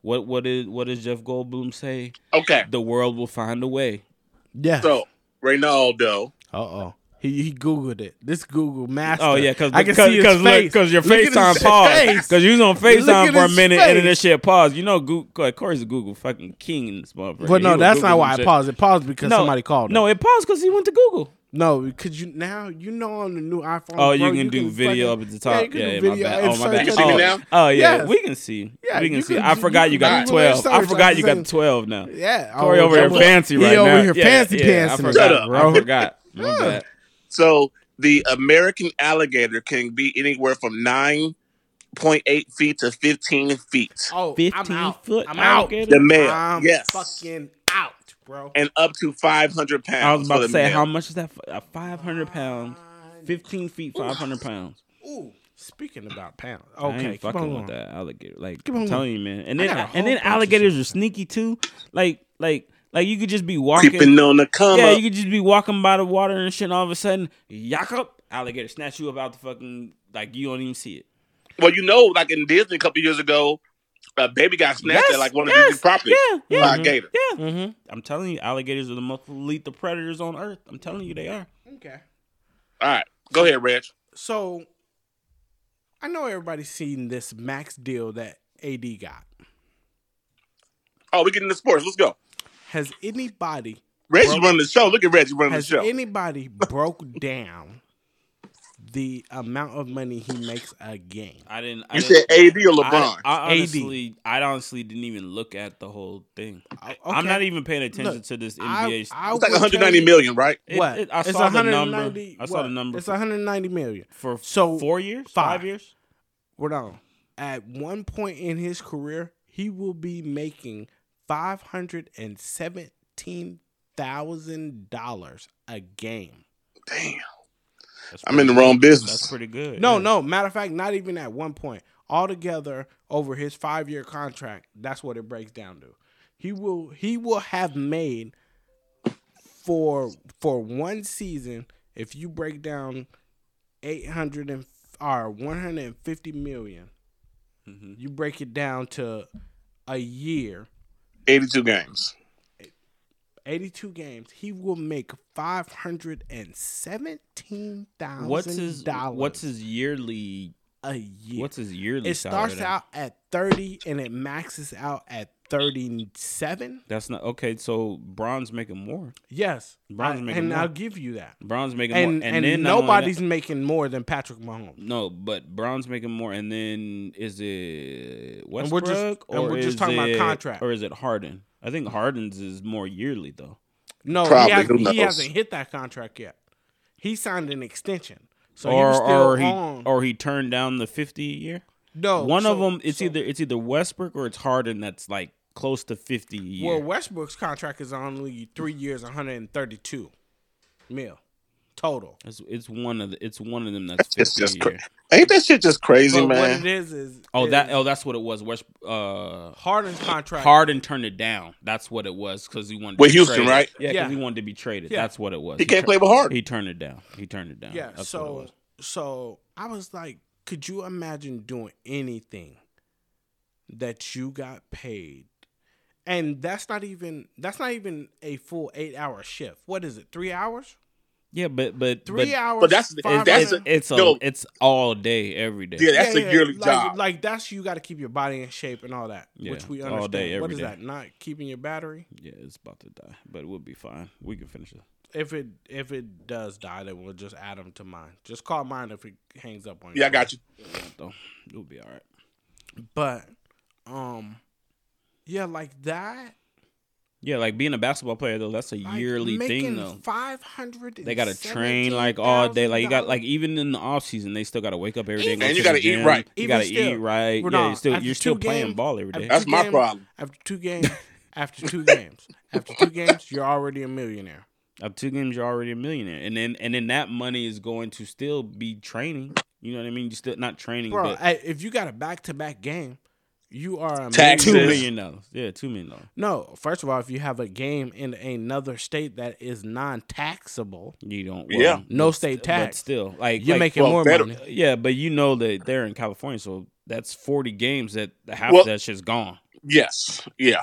What what is what does Jeff Goldblum say?
Okay.
The world will find a way.
Yeah.
So Reynaldo.
Uh oh. He, he googled it. This Google master.
Oh yeah, because
I can see his face.
because your
Look at
FaceTime
his
paused.
face.
Because you was on FaceTime
at
for a
his
minute and then
face.
this shit paused. You know, Google, Corey's a Google fucking king in this motherfucker.
But
He
no,
will
that's
Google
not
some
why I
shit.
paused. It paused because somebody called.
No,
him.
it paused because he went to Google.
no, because you now you know on the new iPhone.
Oh, you
bro,
can do video
fucking-
up at the top.
you can
Yeah,
do
yeah, my
video
bad.
and
Oh, my
search
bad.
You
up
see me
oh,
the-
now?
oh, yeah,
Yes.
we can see.
Yeah,
we can
you
see.
can-
I
you
forgot
can
you got
do
the twelve.
whatever
I
search,
forgot
like
you
I'm
got
saying.
the twelve now.
Yeah,
Corey
oh,
over here
yeah,
fancy
he
right
over
now.
here
Yeah,
fancy
yeah,
pants.
I
Shut
and
forgot.
up.
stuff,
I
bro.
forgot. My
Yeah.
bad.
So the American alligator can be anywhere from nine point eight feet to fifteen feet.
Oh, I'm
15
out.
foot
I'm out.
alligator?
The male,
I'm
yes,
fucking out, bro.
and up to five hundred pounds.
I was about
for
to
the
say,
male.
how much is that? For? A five hundred pound, fifteen feet, five hundred pounds.
Ooh, speaking about pounds.
I ain't
Okay, keep
fucking
on
with
going.
that alligator. Like
Keep
I'm
on
telling you, man. And
I
then
got a
and then
whole bunch of
alligators are sneaky too. Like like like you could just be walking.
Keeping on the come
yeah,
up.
you could just be walking by the water and shit, and all of a sudden, yakup, alligator snatch you up out the fucking like you don't even see it.
well, you know, like in Disney a couple years ago, a baby got snatched at like one of the Disney properties
Yeah, yeah,
by a gator.
yeah.
Mhm.
I'm telling you, alligators are the most lethal predators on earth. I'm telling you, they are.
Okay.
All right, go ahead, Reg.
So I know everybody's seen this max deal that AD got.
Oh, we getting into sports. Let's go.
Has anybody
Reggie's running the show. Look at Reggie running the
has
show.
anybody broke down the amount of money he makes a game?
I didn't. I
you
didn't-
said AD or
I,
LeBron?
I
AD.
honestly, I honestly didn't even look at the whole thing.
I-
I'm
okay.
not even paying attention
Look,
to this
I-
NBA.
I
it's like
would tell
190
you-
million, right?
It-
What?
it- I
It's
saw the number.
190
I saw the
what?
number
It's
for-
190 million.
for
So,
four years,
five.
five, years.
Hold on. At one point in his career, he will be making five hundred and seventeen thousand dollars a game.
Damn, I'm in the wrong
That's
business.
pretty good.
No,
yeah.
no. Matter of fact, not even at one point. Altogether, over his five-year contract, that's what it breaks down to. He will he will have made for for one season. If you break down eight hundred and or one hundred and fifty million,
Mhm.
you break it down to a year,
82 games.
82 games, he will make five hundred and seventeen thousand
What's his
dollars
What's his yearly?
a year.
What's his yearly?
it starts
salary?
out at thirty and it maxes out at thirty seven.
That's not okay. So Bron's making more.
Yes.
Bron's
I-
making
and
more.
I'll give you that.
Bron's making
And
more,
and,
and, then not only that-
nobody's making more than Patrick Mahomes.
no, but Bron's making more, and then is it
we're
Westbrook
just-
or
and we're just
is
talking about
it-
contract.
or is it Harden? I think Harden's is more yearly though.
No, he,
Probably,
hasn't,
who
he
knows?
hasn't hit that contract yet. He signed an extension, so he
or
was still
or he
on.
or he turned down the fifty a year.
no,
One of
so-
them, it's
so-
either it's either Westbrook or it's Harden that's like close to fifty a year.
Well, Westbrook's contract is only three years, one hundred and thirty-two mil total.
It's, it's one of the, it's one of them that's
It's
fifty a
just cra-
year.
Ain't that shit just crazy,
But what it
man?
is is
Oh,
is
that oh, that's what it was. West uh,
Harden's contract.
Harden turned it down. That's what it was because he wanted to
With
be
Houston,
traded.
right?
Yeah, because
Yeah.
he wanted to be traded.
Yeah.
That's what it was.
He can't
tur-
play with Harden.
He turned it down. He turned it down.
Yeah.
That's what it
so
was.
so I was like, could you imagine doing anything that you got paid? And that's not even that's not even a full eight hour shift. What is it? Three hours?
Yeah, but but
Three
but
hours?
but that's-
five
that's-
hours?
it's it's a
No.
it's all day every day.
Yeah, that's a yearly
like,
job.
Like that's you got to keep your body in shape and all that, which
Yeah,
we
all
understand.
day,
what
every
is
day.
that? Not keeping your battery.
Yeah, it's about to die, but we'll be fine. We can finish it.
If it if it does die, then we'll just add them to mine. Just call mine if it hangs up on you.
Yeah, I got you.
Though it'll be all right.
But um, yeah, like that.
Yeah, like being a basketball player though, that's a
like,
yearly thing
making
though.
Five hundred.
They gotta train like all day. Like you got like even in the off season, they still gotta wake up every day.
And
go
you
to the
gotta eat
gym.
right.
You
Even
gotta
still,
eat right.
we're
yeah,
not-
you're still
after
you're still
two
playing
games-
ball every
after
day.
That's
two
my
games-
problem.
after two games. After two games, after two games, you're already a millionaire.
After two games, you're already a millionaire, and then and then that money is going to still be training. You know what I mean? You still not training,
Bro,
but
I, if you got a back to back game, you are a
Taxes.
two
Yes.
millionaire.
million dollars. Yeah, two million dollars.
No, first of all, if you have a game in another state that is non taxable,
You don't.
Yeah.
no state
but
tax,
still, like
you're
like,
making
well,
more
better-
money.
Yeah, but you know that they're in California, so that's forty games that half
Well-
of that shit's gone.
Yes. Yeah.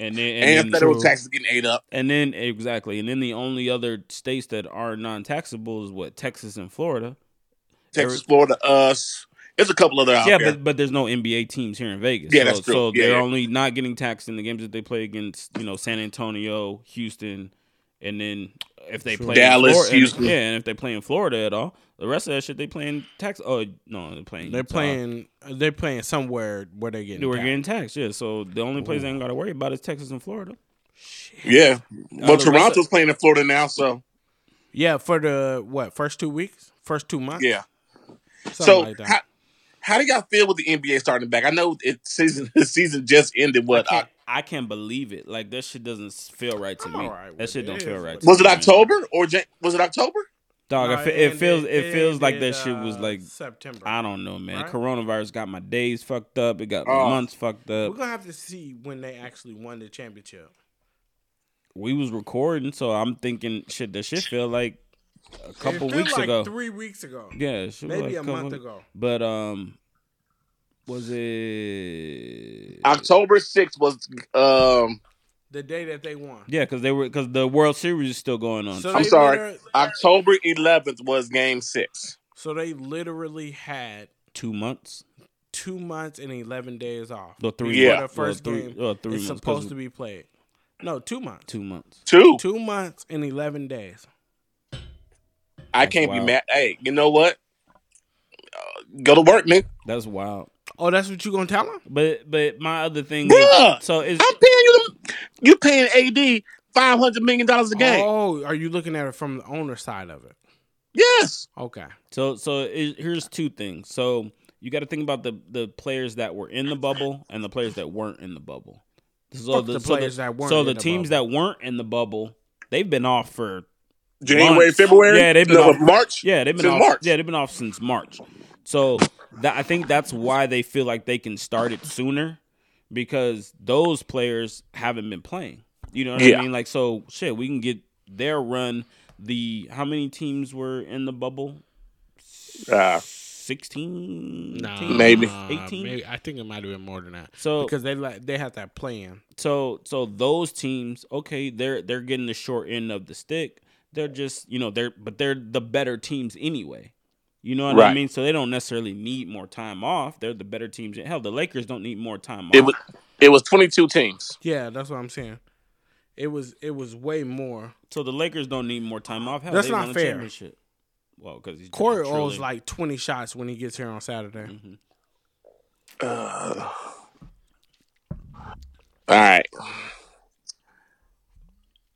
And then and,
And,
then,
federal
true.
taxes getting ate up.
and then exactly, and then the only other states that are non-taxable is what Texas and Florida.
Texas,
Every-
Florida, us. There's a couple other out
yeah,
there.
but but there's no NBA teams here in Vegas.
Yeah,
so,
that's true.
So
Yeah,
they're
yeah.
only not getting taxed in the games that they play against, you know, San Antonio, Houston, and then if they
True.
play
Dallas,
in Florida,
Houston.
yeah, and if they play in Florida at all, the rest of that shit they playing tax. Oh no, they're playing.
They're
Utah.
playing. They're playing somewhere where they're getting.
They were
taxed.
getting taxed. Yeah, so the only place they ain't got to worry about is Texas and Florida.
yeah.
the
But
rest of-
Toronto's playing in Florida now, so
Yeah, for the what first two weeks, first two months.
yeah.
something
so
like that.
how, how do y'all feel with the NBA starting back? I know it season the season just ended. What
I
I
can't, I can't believe it. Like that shit doesn't feel right to
I'm
me.
alright
that
with
shit
it.
don't
It
feel
is
right.
what
to
was it
me.
October or Jan- was it October?
Dog,
No,
I fe- it,
ended-
feels it, feels like that
Uh, ended,
shit was
uh,
like
September.
I don't know, man.
Right?
Coronavirus got my days fucked up. It got
Oh.
my months fucked
We're
up.
gonna have to see when they actually won the championship.
We was recording, so I'm thinking, shit, that shit feel like a
It
couple
feel
weeks
like
ago.
three weeks ago,
yeah, it should be
maybe
like
a month
couple-
ago.
But um, was it?
October sixth was um
The day that they won.
yeah, because they were because the World Series is still going on.
So
I'm
they
sorry.
liter-
October eleventh was game six.
so they literally had
two months,
two months and eleven days off.
the three.
Yeah.
months.
For the first
Well, three,
game,
well, three
it's
months, 'cause
supposed to be played. No, two months.
two months.
Two.
Two months and eleven days.
I
That's
can't
wild.
be mad. Hey, you know what? Uh, go to work, man.
That's wild.
Oh, that's what you gonna tell them?
But but my other thing,
Bruh!
is, so it's
I'm paying you. The, you paying AD five hundred million dollars a game?
Oh, are you looking at it from the owner side of it?
Yes.
Okay.
So so it, here's two things. So you got to think about the the players that were in the bubble and the players that weren't in the bubble. So
Fuck the players that weren't
So
in
the
the
teams
bubble.
that weren't in the bubble, they've been off for
January,
Months.
February.
Yeah, they've been
no,
off-
March.
yeah they've been
Since
off
March.
yeah they've been off since March. So that I think that's why they feel like they can start it sooner because those players haven't been playing. You know what
Yeah.
I mean? Like so shit, we can get their run. The how many teams were in the bubble?
Uh,
16,
Nah,
18?
Maybe.
18?
Maybe I think it might have been more than that
So
because they like they had that plan.
so so those teams, okay, they're they're getting the short end of the stick. They're just you know they're but they're the better teams anyway. You know what I
Right.
mean? So they don't necessarily need more time off. They're the better teams. Hell, the Lakers don't need more time off.
It was it was twenty two teams.
Yeah, that's what I'm saying. It was it was way more.
so the Lakers don't need more time off. Hell,
That's
they
not
won the
fair.
championship. Well, because he's
Corey
truly-
owes like 20 shots when he gets here on Saturday.
Mhm.
Uh, all right.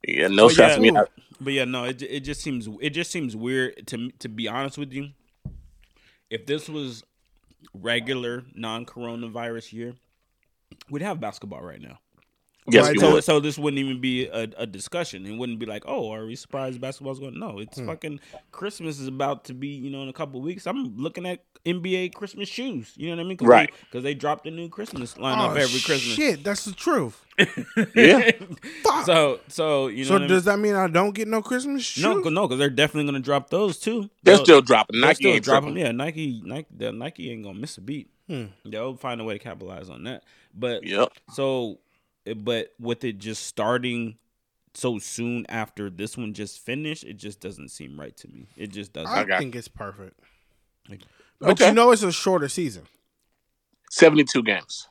Yeah, no
But
shots
yeah,
me out.
But yeah, no, it, ju- it just seems it just seems weird to me- to be honest with you. If this was regular non-coronavirus year, we'd have basketball right now.
Yes,
Right,
you
so
would.
so this wouldn't even be a, a discussion. It wouldn't be like, oh, are we surprised basketball's going? No, it's
Hmm.
fucking Christmas is about to be. You know, in a couple weeks, I'm looking at NBA Christmas shoes. You know what I mean? Cause
Right.
Because they, dropped a new Christmas lineup every Christmas.
Oh, Shit, that's the truth.
Yeah.
Fuck. So,
so so you know. what I mean?
does that mean I don't get no Christmas shoes?
No, c- no, because they're definitely gonna drop those too.
They're
They'll-
still dropping.
they're
Nike
still
ain't
dropping.
dropping.
Yeah, Nike, Nike, the Nike ain't gonna miss a beat.
Hmm.
They'll find a way to capitalize on that. But
Yep.
so, eh, but with it just starting so soon after this one just finished, it just doesn't seem right to me. It just doesn't.
I
Okay.
think it's perfect.
Okay.
But
Okay.
you know it's a shorter season.
Seventy two games.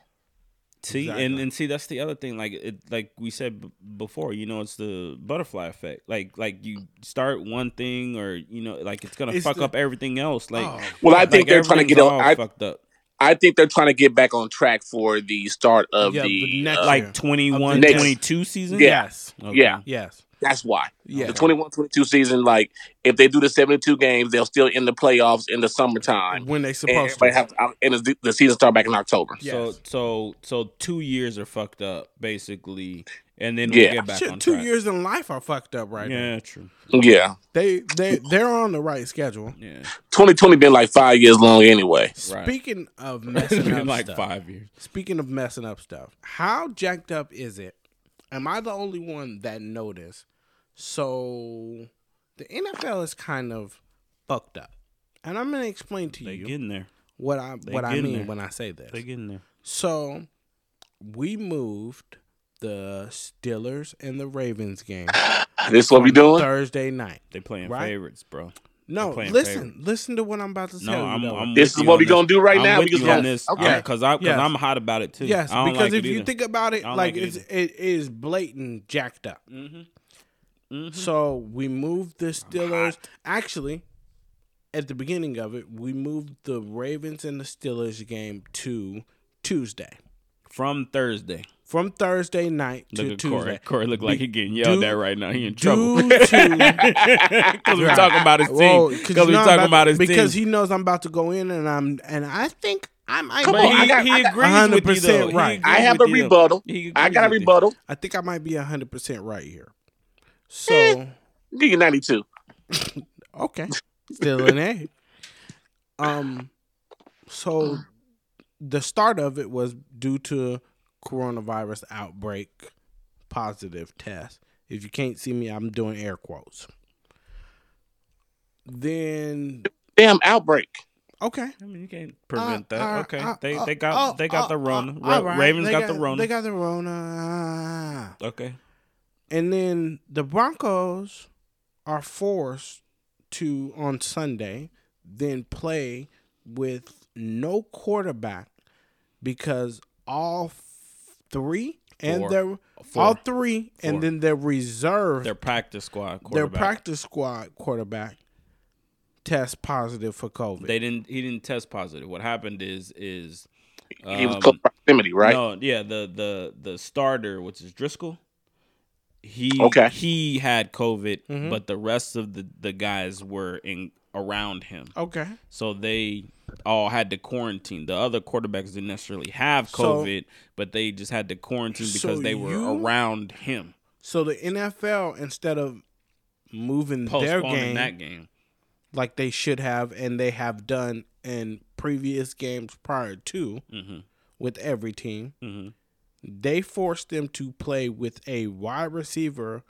see, and
Exactly.
and see, that's the other thing. Like it, like we said b- before, you know, it's the butterfly effect. Like like you start one thing, or you know, like it's gonna
It's
fuck
the-
up everything else. Like.
Oh,
Well, I
like,
think they're trying to
everything's
get on.
all
I,
fucked up.
I think they're trying to get back on track for the start of
Yeah,
the,
the next-
uh,
like
Yeah.
21
Next-
22 season
Yeah.
Yes.
Okay.
Yeah.
Yes.
that's why
Yeah.
the 21-22 season. Like if they do the seventy two games, they'll still in the playoffs in the summertime.
When they
And
supposed
everybody
to.
have to, and the- the season start back in October.
so
Yes.
so so two years are fucked up basically and then
Yeah.
we'll get back
Shit,
on
two
track.
years in life are fucked up right now.
yeah true
Yeah,
They they they're on the right schedule.
yeah
twenty twenty been like five years long anyway.
Right.
Speaking of
it's
messing up
been like
stuff,
five years
Speaking of messing up stuff, how jacked up is it? Am I the only one that noticed? So the NFL is kind of fucked up. And I'm gonna explain to
they
you
getting there
what I
they
what I
getting
mean
there.
when I say this.
they getting there
So we moved the Steelers and the Ravens game
This what we
from
doing?
Thursday night.
they playing
Right?
favorites bro
No,
playing
listen, listen to what I'm about to
no
tell you.
i'm,
though.
I'm
This is
with you
what
on
we
this.
gonna do right
I'm
now.
with
We just
you on
gonna-
this
okay.
because I because
Yes.
I'm hot about it too.
yes,
I don't
because
like
if
it
you
either.
think about it,
I don't
like,
like it
it's, it is blatant jacked up.
Mhm. Mhm.
So we moved the Steelers. Actually, at the beginning of it, we moved the Ravens and the Steelers game to Tuesday.
from Thursday,
From Thursday night to
look at Corey.
Tuesday.
Corey look like he getting yelled
Due-
at right now. He in trouble.
Due to
Because we're talking about his team.
Whoa, you
Because we're
know I'm
talking
about-
about his team.
because he knows I'm about to go in and I'm and I think I might
Come
But
on,
he,
I got-
he
I got-
agrees with you
100%
though. He
right.
agrees
I have a
with you, though.
rebuttal.
He
I
agrees
got a
with you.
rebuttal.
I think I might be 100% right here.
Eh.
So,
Give you ninety two.
Okay. Still an A. Um so the start of it was due to coronavirus outbreak positive test. If you can't see me, I'm doing air quotes. Then
Damn outbreak.
okay.
I mean, you can't prevent
Uh,
that.
uh,
okay,
uh,
they
uh,
they got
uh,
they got
uh,
the Rona.
uh,
Ra-
all right.
Ravens
They
got, the Rona.
They got the Rona.
okay,
And then the Broncos are forced to on Sunday then play with no quarterback because all f- three and
Four.
their
Four.
all 3
Four.
and then their reserve
their
their,
practice squad quarterback.
practice squad quarterback test positive for COVID.
they didn't. He didn't test positive. What happened is is
he was
um,
close proximity, right?
No, yeah, the the the starter, which is Driscoll, he
Okay.
he had COVID,
Mhm.
but the rest of the the guys were in around him.
okay.
So they all had to quarantine. The other quarterbacks didn't necessarily have
So-
COVID, but they just had to quarantine because
So
they were
you-
around him.
So the NFL instead of moving their
Postponing
game
that game.
like they should have and they have done in previous games prior to
Mm-hmm.
with every team.
Mm-hmm.
They forced them to play with a wide receiver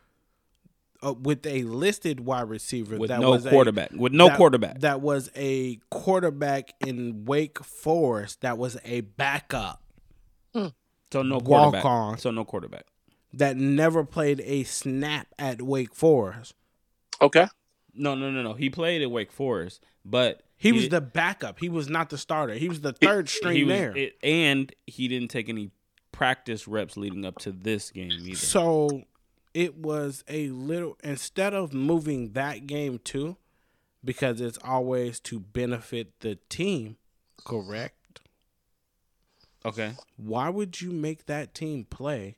uh, with a listed wide receiver
with
that
no
was a-
quarterback. with no
that-
quarterback.
that was a quarterback in Wake Forest that was a backup
so no quarterback.
walk on
So no quarterback.
that never played a snap at Wake Forest.
Okay.
No, no, no, no. He played at Wake Forest, but
He was
did-
the backup. He was not the starter. He was the third string
he was-
there.
it- and he didn't take any practice reps leading up to this game either.
So it was a little instead of moving that game too, because it's always to benefit the team, correct?
okay.
Why would you make that team play,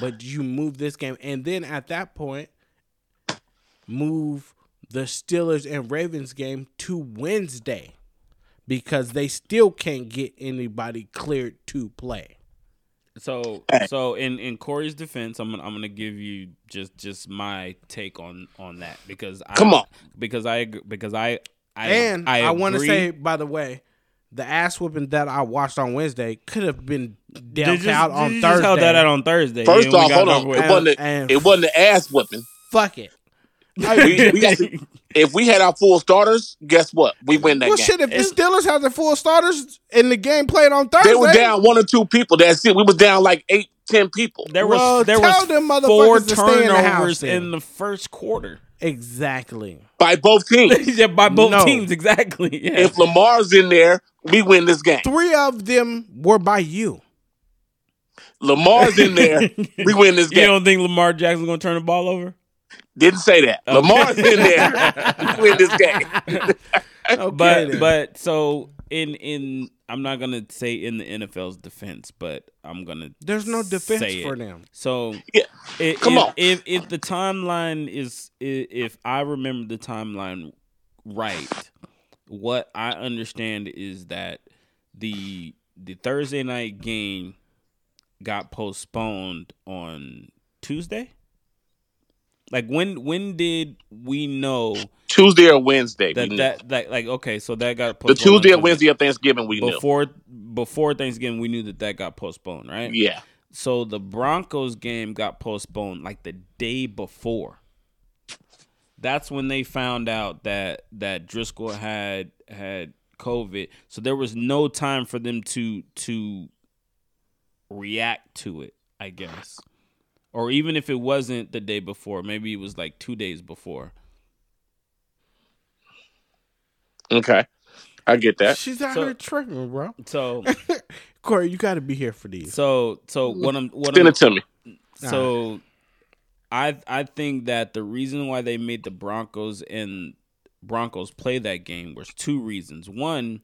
but you move this game and then at that point move the Steelers and Ravens game to Wednesday because they still can't get anybody cleared to play.
So
Hey.
so in in Corey's defense, I'm gonna, I'm gonna give you just just my take on on that because I,
Come on.
because I ag- because I I
and I, want to
agree.
say, by the way, the ass whooping that I watched on Wednesday could have been
They
dealt
just-
out
they
on
just
Thursday.
held that out on Thursday.
First
and we
off,
got
hold
it
on.
over with.
It wasn't.
And-
it wasn't the ass whipping.
Fuck it.
We- we got to- If we had our full starters, guess what? We win that
well,
game.
shit. If
It's-
the Steelers had their full starters in the game played on Thursday,
They were down one or two people. That's it. We was down like eight, ten people.
There was
Well,
there
tell
was
them motherfuckers
four
to stay in the house
turnovers
then.
in the first quarter.
Exactly.
by both teams.
yeah, by both
No.
teams exactly. Yeah.
If Lamar's in there, we win this game.
Three of them were by you.
Lamar's in there, we win this
you
game.
don't think Lamar Jackson's gonna turn the ball over?
Didn't say that. Lamar's in there, we win this game.
Okay,
but
then.
but so in in I'm not gonna say in the NFL's defense, but I'm gonna
there's no
say
defense
it.
for them.
So
Yeah.
i-
Come
if,
on.
if if the timeline is i- if I remember the timeline right, what I understand is that the the Thursday night game got postponed on Tuesday. Like when when did we know
Tuesday or Wednesday.
that
we knew.
that, that like okay so that got
the
postponed on
Tuesday or Wednesday of Thanksgiving, we knew.
before before Thanksgiving, we knew that that got postponed, right?
Yeah.
So the Broncos game got postponed like the day before. That's when they found out that that Driscoll had had COVID. So there was no time for them to to react to it, I guess. Or even if it wasn't the day before, maybe it was like 2 days before.
Okay. I get that.
She's out
So-
here tripping, bro.
So
Corey, you got to be here for these.
so so what I'm what
Send
I'm
it to me.
So I I think that the reason why they made the Broncos and Broncos play that game was two reasons. One,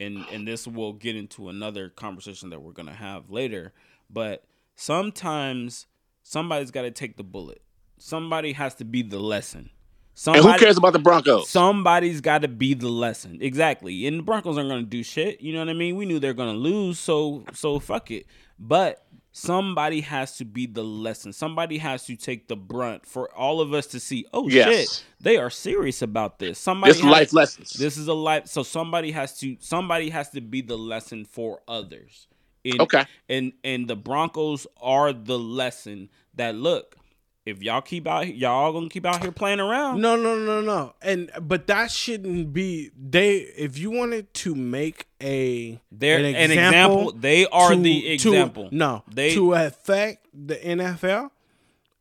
and and this will get into another conversation that we're gonna have later, but sometimes somebody's gotta take the bullet. Somebody has to be the lesson.
And
Somebody,
who cares about the Broncos?
Somebody's got to be the lesson. Exactly. And the Broncos aren't going to do shit. You know what I mean? We knew they're going to lose, so so fuck it. But somebody has to be the lesson. Somebody has to take the brunt for all of us to see. Oh
Yes.
shit, they are serious about this. Somebody
It's
has-
life lessons.
This is a life. So somebody has to somebody has to be the lesson for others. And,
Okay.
And and the Broncos are the lesson that look. If y'all keep out, y'all gonna keep out here playing around.
No, no, no, no. And but that shouldn't be they if you wanted to make a
They're an example. They are
to-
the example.
To, no,
They-
to affect the NFL.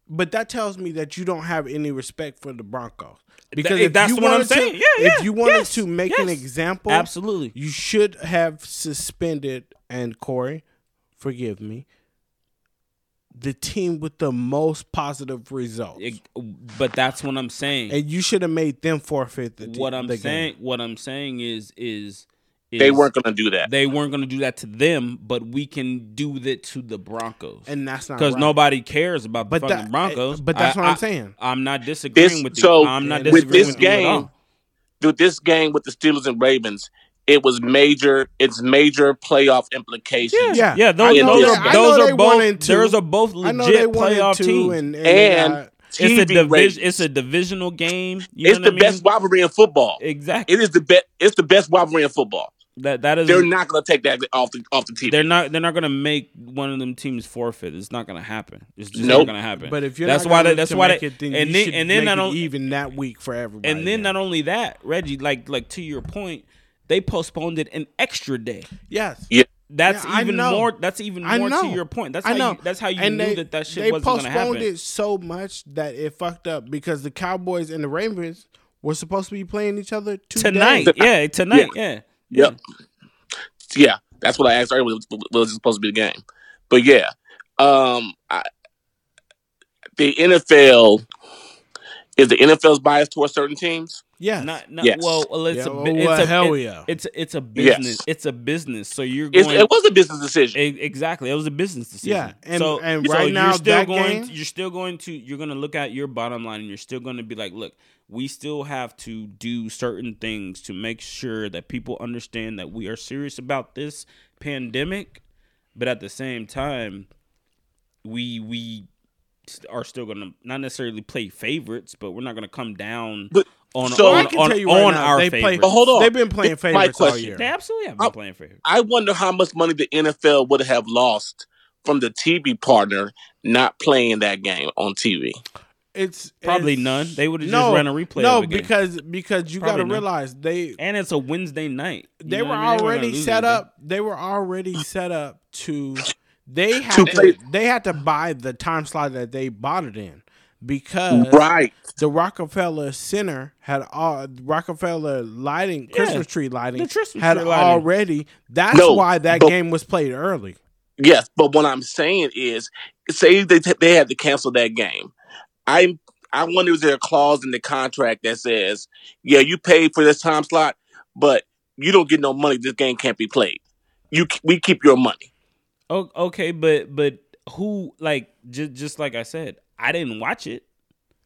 But that tells me that you don't have any respect for the Broncos. Because
Th- eh,
if
that's
you
what I'm
wanted to-
saying. Yeah,
If
yeah.
you wanted
Yes,
to make an
yes.
example,
absolutely.
you should have suspended and Corey, forgive me. The team with the most positive results,
It- but that's what I'm saying.
and you should have made them forfeit the. te-
what I'm
the game.
saying, what I'm saying is, is, is
they weren't going to do that.
They weren't going to do that to them, but we can do that to the Broncos
and that's not
because
right.
nobody cares about the
But
fucking
that- eh,
Broncos.
but that's
I-
what I'm
I-
saying.
I'm not disagreeing
This-
with you.
so,
I'm not
with
disagreeing
this
with you at
game,
all.
Dude, this game with the Steelers and Ravens, it was major. It's major playoff implications.
Yeah.
yeah. Those,
I know
those
they- I
are
know
those
they
are
one and
both.
two.
Those are both legit
I know they wanted
playoff
to,
teams.
and, and, they
And
got-
TV
it's a
ratings.
division. It's a divisional game. You
it's
know what
the
I mean?
best rivalry in football.
Exactly.
It is the best. It's the best rivalry in football.
That that is
They're not gonna take that off the off the TV.
They're not. They're not going to make one of them teams forfeit. It's not going to happen. It's just
Nope.
not going to happen.
But if you're
that's
not
why.
gonna
They,
look
that's
to
why.
make
They,
it, then
and
you
then
should
and then
make
not
it
only
even that week for everybody.
and then
now.
not only that, Reggie, like like to your point, they postponed it an extra day.
yes,
yeah,
That's
Yeah, I
even
know.
more. That's even
I
more to
know.
your point. That's
I
how
know.
You, that's how you
And
knew
they-
that that shit
they
wasn't going to
postponed
happen.
it so much that it fucked up because the Cowboys and the Ravens were supposed to be playing each other today.
tonight. Yeah, tonight. Yeah.
Yep. Yeah, that's what I asked earlier. Was, was it supposed to be the game? But yeah, um, I, the NFL is the NFL's bias towards certain teams.
Yes.
Not, not
Yes.
well. well, It's
Yeah,
a bu-
well,
it's a
hell
it-
yeah.
It's a- it's a
Yes.
business. It's a business. So you're
It's,
going.
it was a business decision.
E- Exactly. It was a business decision.
Yeah, and-
so,
and
so
right
you're
now,
still
that
going
game-
you're still going to you're going to look at your bottom line and you're still going to be like, look, we still have to do certain things to make sure that people understand that we are serious about this pandemic, but at the same time, we we st- are still going to not necessarily play favorites, but we're not going to come down
But-
on
so- Oh.
on,
I
can
on,
tell you right
on
now,
our
they play-
favorites.
but hold on,
They've been playing
This is my
favorites all
question.
year.
they absolutely have been
Oh.
playing favorites.
I wonder how much money the NFL would have lost from the TV partner not playing that game on TV.
It's
Probably
it's-
none. They would've just ran a replay
No,
of the game.
because because you got
Probably
to
none.
realize they
and it's a Wednesday night. You
they
know
were
what I mean? They weren't
already
gonna lose
set
anything.
up. They were already set up to. They had
To
to,
play-
they had to buy the time slot that they bought it in because
Right.
the Rockefeller Center had all Rockefeller lighting, Christmas tree lighting
The Christmas
had
tree lighting.
already. That's
No,
why that
but-
game was played early.
Yes, but what I'm saying is, say they they had to cancel that game. I I wonder is there a clause in the contract that says, yeah, you paid for this time slot, but you don't get no money. This game can't be played. You we keep your money.
O- okay, but but who like just just like I said, I didn't watch it.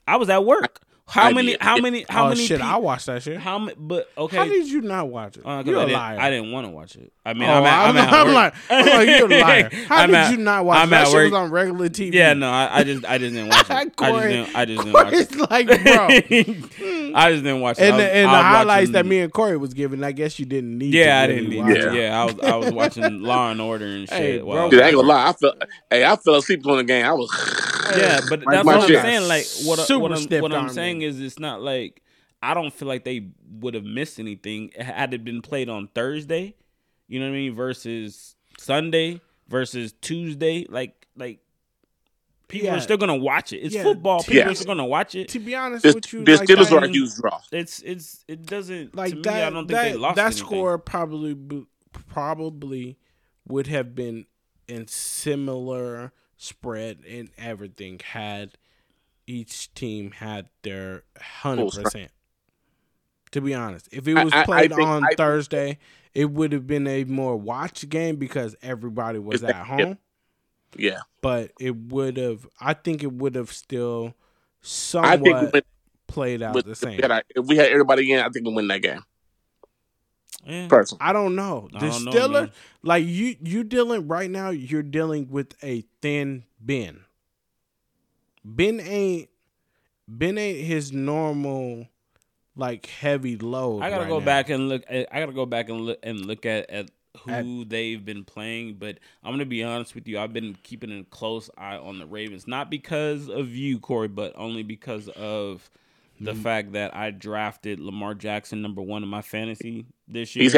I was at work. How
I
many?
did.
How many? How
oh
many?
shit!
pe-
I watched that shit.
How
How,
many? But okay.
did you not watch it?
uh, 'cause
you're
I
a
didn't,
liar.
I didn't want to watch it. I mean,
Oh,
I'm, at, I'm,
I'm,
at
I'm
work.
like, I'm like, you're a liar. How
I'm
did
at-
you not watch
I'm
that?
at
Shit was
work.
on regular TV.
Yeah, no, I, I just I just didn't watch it. I just
Corey-
didn't. I just didn't watch
Corey's
it.
like, bro.
I just didn't watch it.
And
I was-
the, and
I
the
was
highlights
watching-
that me and Corey was giving, I guess you didn't need.
Yeah,
to
I
really
didn't.
watch
Need
Yeah.
to.
it.
Yeah, I was I was watching Law and Order and shit.
Hey,
while
bro.
was
Dude, I ain't
at
gonna
work.
lie. I fell. Hey, I fell asleep during the game. I was.
Yeah, but
Like
that's
my
what I'm
shit.
saying. Like what, I-
Super
what I'm
stepped
what
on
I'm
me.
saying is it's not like I don't feel like they would have missed anything had it been played on Thursday. You know what I mean? Versus Sunday versus Tuesday. Like like people
Yeah.
are still gonna watch it. It's
Yeah.
football.
Yeah.
People are still gonna watch it.
To be honest
The,
with you,
the
like
Steelers
that-
are a huge draw.
It's it's it doesn't
like
to
that.
me. I don't think
that,
they lost
that
anything.
score probably b- probably would have been in similar spread and everything had each team had their hundred
spread.
percent. To be honest, if it
I-
was
I- I
played
think-
on
I-
Thursday, it would have been a more watched game because everybody was
Exact-
at
yep.
home
Yeah,
but it would have. I think it would have still
I
somewhat
think we win,
played out
with,
the same.
If, we had, our- if we had everybody in, I think we win that game.
Yeah.
Mm-hmm. Personally,
I don't know. The
I don't know,
Steelers,
man.
like you, you dealing right now. You're dealing with a thin Ben. Ben ain't Ben ain't his normal, like heavy load.
I gotta
right
go
now.
back and look. eh, I I gotta go back and look and look at at who they've been playing. But I'm gonna be honest with you. I've been keeping a close eye on the Ravens, not because of you, Corey, but only because of the
Mm. Mm-hmm.
fact that I drafted Lamar Jackson number one in my fantasy this year.
He's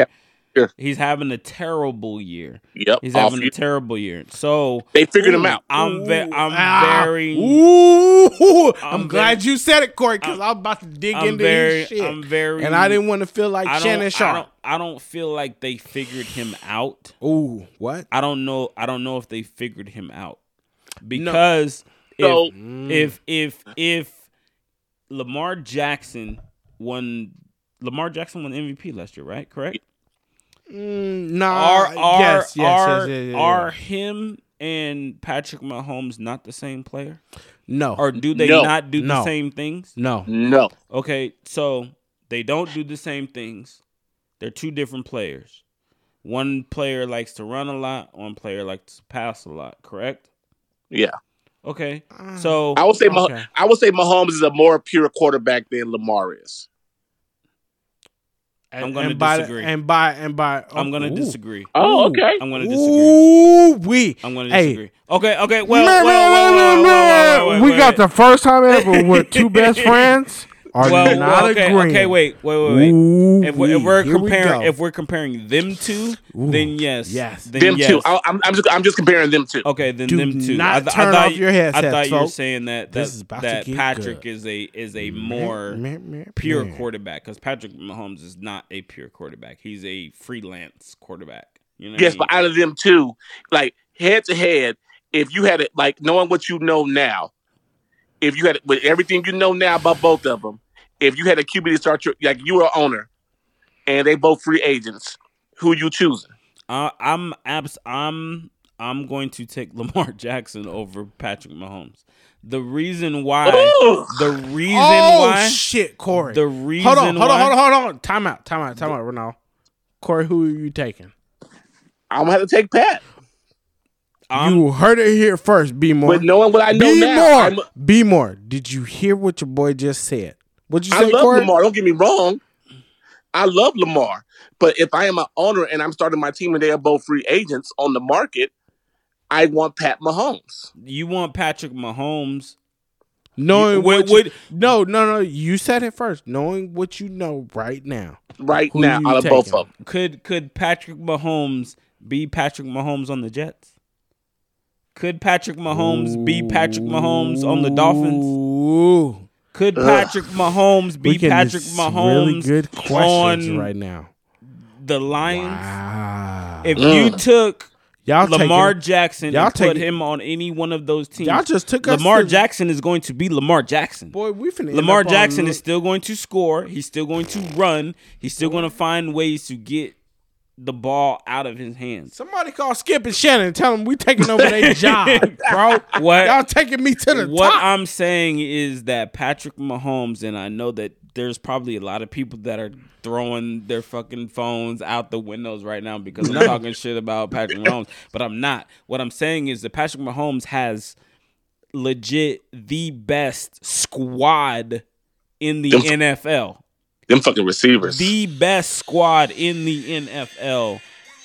He's,
having a year.
having a terrible year.
yep.
He's
off
having
you.
a terrible year. So
they figured him out.
I'm ve-
Ooh,
I'm
ah,
very
Ooh, I'm,
I'm
glad you said it, Corey, because
I'm-
I'm about to dig
I'm
into
very
his shit,
I'm very
and I didn't want to feel like
I don't-
Shannon
I
Sharp.
don't, I don't feel like they figured him out.
Ooh, what?
I don't know. I don't know if they figured him out because
So-
if, Mm. if if if Lamar Jackson won, Lamar Jackson won MVP last year, right? Correct.
Mm, nah.
Are are
yes, yes, yes,
are
yes, yes, yes.
are him and Patrick Mahomes not the same player,
no,
or do they
No.
not do
No.
the same things?
no.
No,
Okay, so they don't do the same things. They're two different players. One player likes to run a lot. One player likes to pass a lot. Correct.
yeah.
Okay.
Hmm.
So
I would say Mah-
Okay.
I would say Mahomes is a more pure quarterback than Lamar is.
And,
I'm gonna
and by,
disagree.
And by and by, oh,
I'm gonna
ooh.
disagree.
Oh,
Ooh.
okay.
I'm gonna disagree.
Ooh we.
I'm gonna
Hey.
disagree. Okay, okay. Well, well, well, well, well, well, well,
we
wait,
got
wait.
the first time ever where two best friends are
well, well,
not
okay,
agreeing.
okay. Wait, wait, wait, wait.
Ooh,
if we're, if we're
here we
comparing,
go.
if we're comparing them two, then yes,
yes.
then
Them
yes.
two. I, I'm, I'm just I'm just comparing them two.
Okay, then
Do
them two.
not
I, th-
turn
I thought,
off your headset,
I thought you were
folks.
saying that that,
This is about to
that
get
Patrick
good.
is a is a more
Meh, meh,
pure
meh.
quarterback because Patrick Mahomes is not a pure quarterback. He's a freelance quarterback. You know what
Yes,
I
but out of them two, like head to head, if you had it, like knowing what you know now, if you had it with everything you know now about both of them, if you had a QB to start your, like you were an owner, and they both free agents, who you choosing?
I, Uh, I'm abs. I'm I'm going to take Lamar Jackson over Patrick Mahomes. The reason why.
Ooh.
The reason
oh
why.
shit, Corey.
the reason.
hold on, hold
why-
on, hold on, hold on. Time out, time out, time out, Renault. Corey, who are you taking?
I'm gonna have to take Pat.
I'm-
you heard it here first. Be more.
But knowing what I know
be
now,
more.
I'm-
be more. Did you hear what your boy just said? What'd you
I
say,
love
Corey?
Lamar. Don't get me wrong. I love Lamar, but if I am an owner and I'm starting my team and they are both free agents on the market, I want Pat Mahomes.
You want Patrick Mahomes?
Knowing
You-
what
would-
you-
would-
no, no, no. You said it first. Knowing what you know right now.
right
Who
now
you
out of both
taking?
of them.
Could could Patrick Mahomes be Patrick Mahomes on the Jets? Could Patrick Mahomes be Patrick Mahomes on the Dolphins?
Ooh.
Could
Ugh.
Patrick Mahomes
We
be
getting
Patrick
s- really
Mahomes
good questions
on
right now.
the Lions?
Wow.
If you
Ugh.
took
y'all
Lamar
taking,
Jackson
y'all
and put
taking-
him on any one of those teams,
y'all just took us
Lamar
to-
Jackson is going to be Lamar Jackson.
boy, we finna end
Lamar
up on
Jackson
Lu-
is still going to score. He's still going to run. He's still going to find ways to get the ball out of his hands.
Somebody call Skip and Shannon. and Tell them we taking over their job, bro.
What
Y'all taking me to the
what
top.
I'm saying is that Patrick Mahomes and I know that there's probably a lot of people that are throwing their fucking phones out the windows right now because I'm talking shit about Patrick Mahomes, but I'm not. What I'm saying is that Patrick Mahomes has legit the best squad in the
Them-
NFL.
Them fucking receivers.
The best squad in the NFL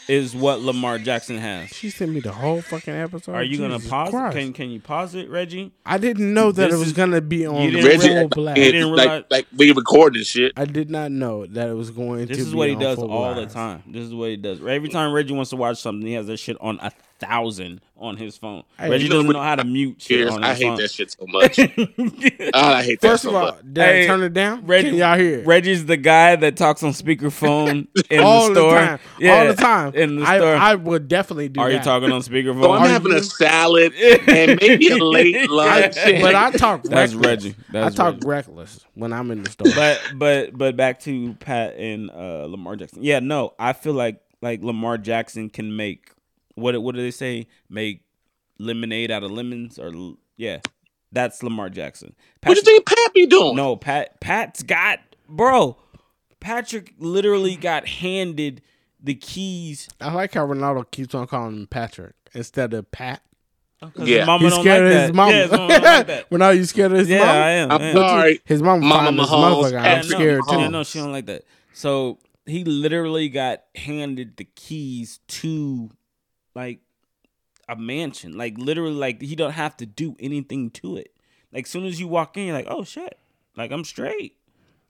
is what Lamar Jackson has.
she sent me the whole fucking episode.
Are you gonna
Oh, Jesus
pause?
Christ.
it? Can Can you pause it, Reggie?
I didn't know that
This
it was
is-
gonna be on
didn't
Reggie,
Full
realize-
Blast.
and,
didn't realize-
like, like we recording shit.
I did not know that it was going
This
to.
is
be
what he
on
does
Full
all the
Blast.
time. This is what he does. Every time Reggie wants to watch something, he has that shit on a thousand on his phone.
Hey,
Reggie
you
know
doesn't
what-
know how to mute shit
Cheers.
on
I
his
hate
phone.
that shit so much. God, I hate that
First
so
of all,
much.
did I
Hey,
turn it down?
Reggie-
Can y'all hear? it?
Reggie's the guy that talks on speakerphone in
all
the store.
time. all the time.
In the
I,
store.
I would definitely do
Are
that.
you talking on
So I'm
speakerphone?
Are
having
you-
a salad and maybe a late lunch.
I-
But I talk.
That's
reckless.
Reggie. That's
I talk
Reggie.
reckless when I'm in the store.
but but but back to Pat and uh, Lamar Jackson. Yeah, no, I feel like like Lamar Jackson can make what what do they say? Make lemonade out of lemons or l- yeah, that's Lamar Jackson.
what you
Patrick-
think Pat be doing?
No, Pat Pat's got bro. Patrick literally got handed the keys.
I like how Ronaldo keeps on calling him Patrick instead of Pat.
'cause
Yeah.
his mama
He's
don't
scared
like
of
that.
his mama.
Yeah, his mama don't like that.
Ronaldo, you scared of his
Yeah,
mama?
I am. I
I'm
am.
sorry.
His mama
Mama
fine as a
Mahomes,
motherfucker. I'm
Pat
scared
no, yeah,
too.
Mahomes.
no, she don't like that. So he literally got handed the keys to like a mansion. Like literally, like he don't have to do anything to it. Like soon as you walk in, you're like, oh shit. Like I'm straight.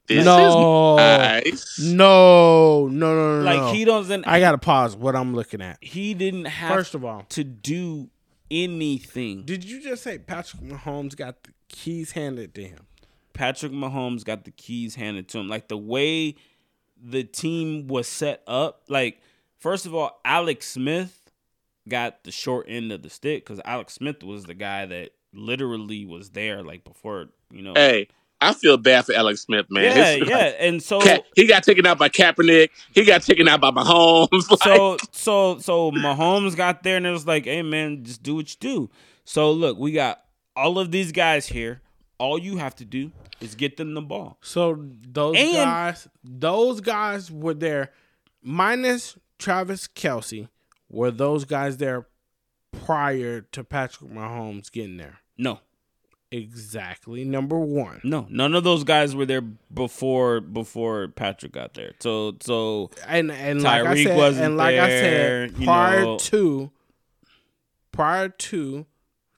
This
No.
is nice.
No, no, no, no.
Like
no.
he doesn't
I gotta pause what I'm looking at.
he didn't have
First of all,
to do anything.
did you just say Patrick Mahomes got the keys handed to him?
Patrick Mahomes got the keys handed to him. Like the way the team was set up, like first of all, Alex Smith got the short end of the stick because Alex Smith was the guy that literally was there like before, you know.
Oh.
Hey, I feel bad for Alex Smith, man.
yeah,
It's
yeah.
like,
and so
Ka- he got taken out by Kaepernick. He got taken out by Mahomes. Like,
so so so Mahomes got there and it was like, hey man, just do what you do. So look, we got all of these guys here. All you have to do is get them the ball.
So those
And-
guys, those guys were there, minus Travis Kelsey. Were those guys there prior to Patrick Mahomes getting there?
No.
Exactly. Number one.
No, none of those guys were there before before Patrick got there. So so
And and like I
Tyreek
said,
wasn't
and like
there,
I said,
you
prior
know.
to prior to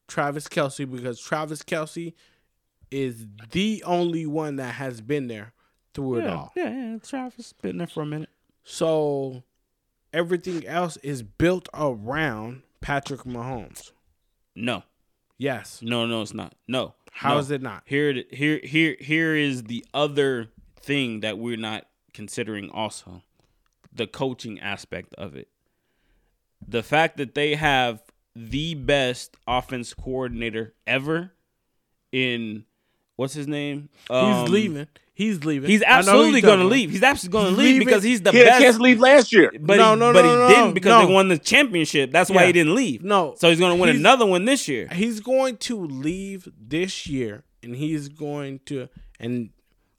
Travis Kelsey, because Travis Kelsey is the only one that has been there through it all.
yeah, yeah. Travis been there for a minute.
So everything else is built around Patrick Mahomes.
No,
Yes.
no, no, it's not. No,
How
no.
is it not?
Here, it- here, here, here is the other thing that we're not considering. Also, the coaching aspect of it. The fact that they have the best offense coordinator ever in what's his name? Um,
he's leaving. He's leaving.
He's
I know who
absolutely
you're
going to
talking
leave. He's absolutely going
He's
to leave
leaving.
because he's the
He had a chance
best.
to leave last year.
But
No,
he,
no,
but
no,
he
no,
didn't
no,
because
no.
they won the championship. That's why
Yeah.
he didn't leave.
No.
so he's going to win
He's-
another one this year.
about. He's going to leave this year and he's going to and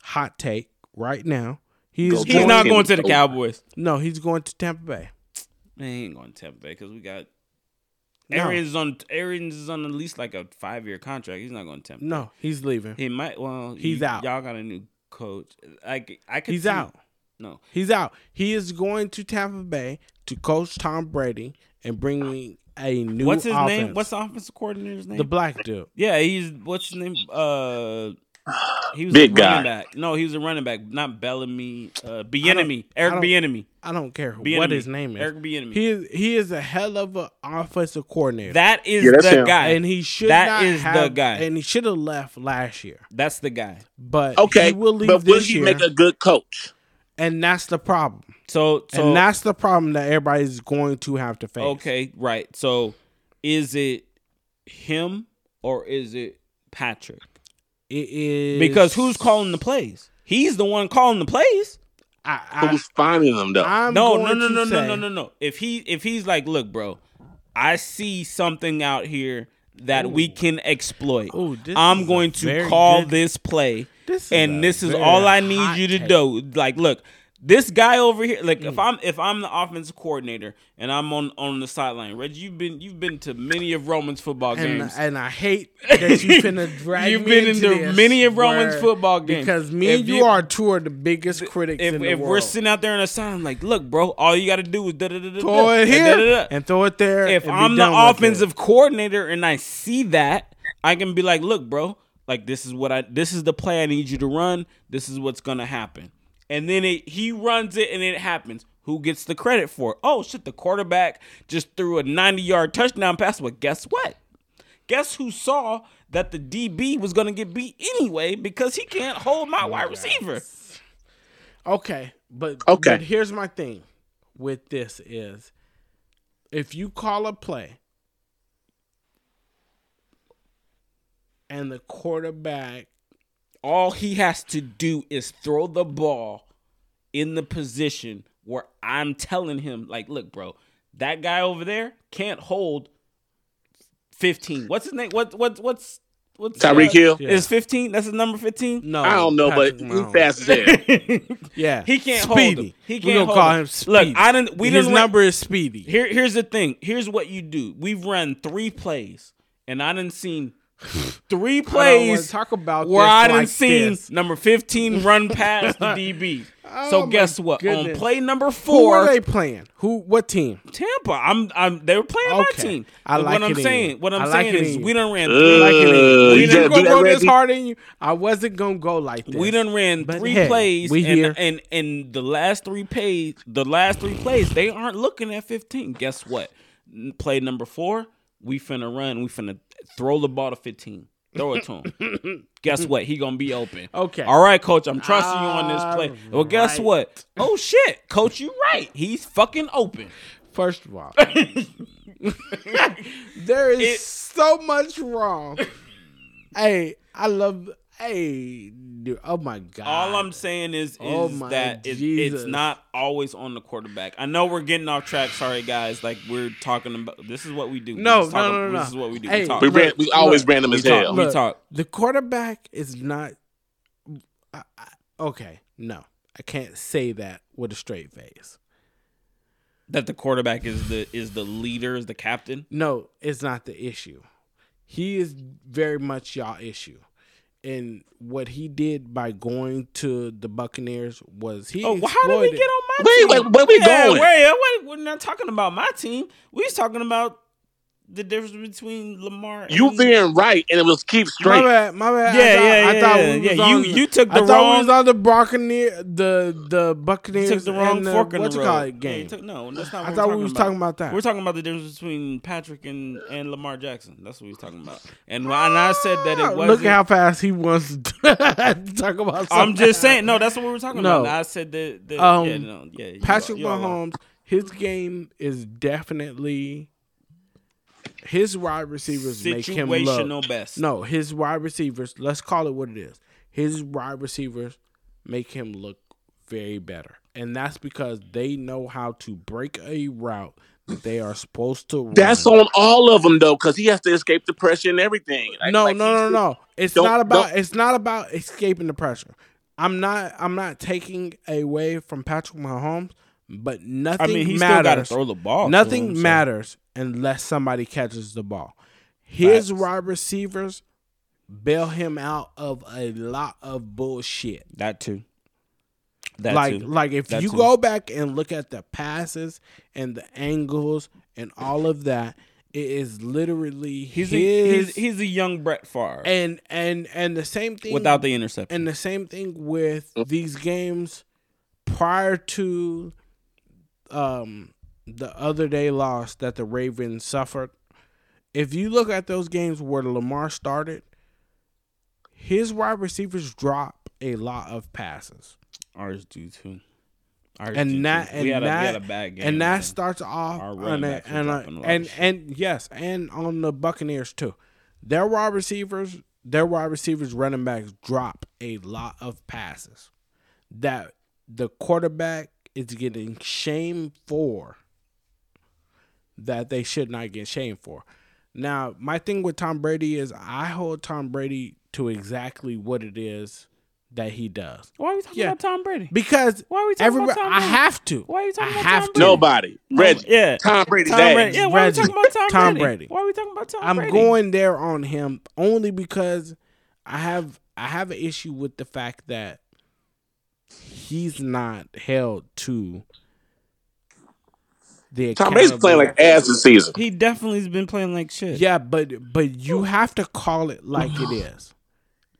hot take right now. He's,
Go
He's
Cowboys.
going,
not
He's
going to the
over.
Cowboys.
No, he's going to Tampa Bay.
Man, he ain't going to Tampa Bay because we got
No.
Arians is on Arians is on at least like a five year contract. He's not going to Tampa.
No, he's leaving.
He might. Well,
He's
you-
out.
Y'all got a new coach. Like I could.
He's
see-
out.
No,
He's out. He is going to Tampa Bay to coach Tom Brady and bringing a new
what's his name?
offense.
What's the offensive coordinator's name?
the black dude?
Yeah, he's what's his name? Uh, he was
Big
a
guy.
running back. No, he was a running back, not Bellamy. Uh,
I
Bienemy,
don't- I
Eric
don't-
Bienemy.
I don't care
Bienemy.
what his name is.
Eric Bienemy.
He is he is a hell of an offensive coordinator.
that is
Yeah, that's
the
him.
guy,
and he should
that
not
is the
have-
guy.
And he should have left last year.
that's the guy.
But
Okay,
he will leave
but will
this
he
year,
make a good coach?
and that's the problem.
So, so
and that's the problem that everybody's going to have to face.
okay, right. So, is it him or is it Patrick?
It is
Because who's calling the plays? He's the one calling the plays.
I,
Who's finding them though?
I, I'm
No, no,
going
no,
to
no, no,
say-
no, no, no. If he if he's like, look, bro, I see something out here that we can exploit.
Ooh, this is
I'm
a
going to
very
call
good-
this play,
This is a
and this is
very
all I
hot
need you to
take. Mm.
do. Like, look, this guy over here. Like, if I'm if I'm the offensive coordinator and I'm on on the sideline, Reggie, you've been you've been to many of Roman's football
And,
games.
and I hate that you finna drag
You've
me
been
into
into
this,
many of Roman's
where-
football games.
because me
If
and you,
you-
are two of the biggest critics
if
in the
if
world.
we're sitting out there on the sideline, like, look, bro, all you got to do is da da da da
throw it
da,
here
da, da.
and throw it there.
if
and be
I'm the
done with it.
offensive coordinator and I see that, I can be like, "Look, bro, like this is what I this is the play I need you to run. This is what's going to happen." And then it, he runs it and it happens. Who gets the credit for it? Oh shit, the quarterback just threw a 90-yard touchdown pass, but guess what? Guess who saw that the DB was going to get beat anyway because he can't hold my wide receiver.
Okay, but
Okay.
But here's my thing with this is, if you call a play, and the quarterback
all he has to do is throw the ball in the position where I'm telling him, like, look, bro, that guy over there can't hold 15. What's his name? What what what's what's uh,
Tyreek Hill?
Is 15? That's his number 15?
no,
I don't know,
Patrick
but he
Mahomes.
fast as hell.
Yeah,
He can't hold him. He
We're
can't
gonna
hold
call
him.
him.
Look,
Speedy.
I didn't we
His
didn't run-
number is Speedy.
here, here's the thing. Here's what you do. We've run three plays, and I didn't seen three plays.
talk about
where
this
I didn't
like
seen
this. Oh
number fifteen run past the DB. so
my
guess what?
goodness.
On play number
Who are
four,
they playing? Who? What team?
Uh,
Tampa. I'm. I'm. They were playing my
Okay.
team.
I
But
like
what I'm
it in
saying.
you.
What
I
I'm
like
saying
it in
is
you.
we done ran.
Uh,
Three,
Like it is.
you
We
gotta
didn't go
do that,
roll this
Reggie.
hard in you. I wasn't gonna go like this.
we done ran
But
three
hey,
plays,
we
and,
here.
and and the last three plays, the last three plays, they aren't looking at fifteen. Guess what? N- Play number four, we finna run. We finna throw the ball to fifteen. Throw it to him. guess what? He gonna be open.
Okay.
All right, coach. I'm trusting you on this play. Well, guess
Alright.
what? Oh shit, coach, you right. He's fucking open.
First of all, there is
It-
so much wrong. hey, I love. Hey, dude, oh my god!
All I'm saying is, is
Oh my
that it,
Jesus.
it's not always on the quarterback. I know we're getting off track. Sorry, guys. Like we're talking about this is what we do. We
No,
just talk
no,
about-
no, no.
This is what we do.
Hey,
we talk.
We
Look,
ran, we always
look.
ran them
We
as
talk.
hell.
We
Look,
talk.
the quarterback is not. I, I, okay, no, I can't say that with a straight face.
That the quarterback is the is the leader, is the captain.
No, it's not the issue. he is very much y'all issue. And what he did by going to the Buccaneers was he.
Oh, well, how did we
exploited-
get on my
Wait,
team?
wait, where we
yeah,
going?
Wait, wait, we're not talking about my team. We was talking about the difference between Lamar. And
You being right, and it was keep
My
straight.
bad, my
yeah,
bad. I thought,
yeah, yeah,
I thought
yeah.
we was
yeah.
on,
you you took
I
the
thought we was
wrong.
on the Buccaneer, the the Buccaneers.
You took the wrong
and
fork in
what's
the
it
road.
called,
Yeah, you
game.
took- no, that's not.
I
What
thought
we're
we was
about.
talking about that.
We're talking about the difference between Patrick and, and Lamar Jackson. That's what we was talking about. And when and I said that
Ah,
it wasn't.
Look at how fast he wants to talk about. Something.
I'm just saying. No, that's what we were talking
No.
about. And I said that. that
Um,
yeah, no, yeah, you
Patrick
are- you are wrong.
Mahomes, his game is definitely his wide receivers make him look.
situational best.
No, his wide receivers. Let's call it what it is. His wide receivers make him look very better, and that's because they know how to break a route that they are supposed to.
That's
run.
on all of them though, because he has to escape the pressure and everything. Like-
no,
like
no,
he's-
no, no. It's
Don't-
not about. It's not about escaping the pressure. I'm not. I'm not taking away from Patrick Mahomes, but nothing
I mean, he still got to
matters.
throw the ball. to
nothing
him, so-
matters unless somebody catches the ball. His
Facts.
wide receivers bail him out of a lot of bullshit.
That too. That
like,
too.
like if
That
you
too.
go back and look at the passes and the angles and all of that, it is literally
He's a,
his
he's, he's a young Brett Favre
and and and the same thing
without the interception.
and the same thing with these games prior to um the other day loss that the Ravens suffered. If you look at those games where Lamar started, his wide receivers drop a lot of passes.
Ours do too. Ours do,
And
too.
that and
we had
that
a, we had a bad game,
and that
man.
starts off
Our running
on a,
backs were
and, a-
dropping a lot of
and
shit.
and yes, and on the Buccaneers too. Their wide receivers, their wide receivers, running backs drop a lot of passes that the quarterback is getting shamed for. That they should not get shamed for. Now, my thing with Tom Brady is I hold Tom Brady to exactly what it is that he does
Why are we talking
Yeah.
about Tom Brady?
because
Why are we talking
everybody,
about Tom
I
Brady?
have to.
Why are you talking
I
about
have
Tom
to.
Brady?
nobody. Reggie,
Yeah.
Tom Brady.
Tom
dad.
Brady. Yeah, why are we
Reggie.
talking about Tom,
Tom Brady.
Brady? Why are we talking about Tom
I'm
Brady?
going there on him only because I have I have an issue with the fact that he's not held to the
Tom Brady's playing like ass this season.
He definitely has been playing like shit.
yeah, but but you have to call it like it is,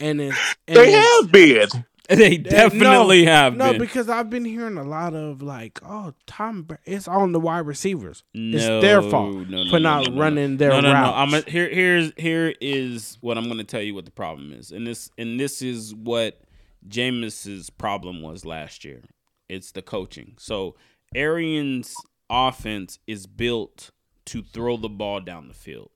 and it's and
They
it's-
have been.
they definitely
no,
have
no
been.
because I've been hearing a lot of like oh Tom Bra- it's on the wide receivers
no,
it's their fault
no, no, no,
for not
Mm, no, no,
running their
no, no,
routes.
No, I'm a, here. Here's here is what I'm going to tell you what the problem is, and this and this is what Jameis's problem was last year. It's the coaching. So Arians' offense is built to throw the ball down the field.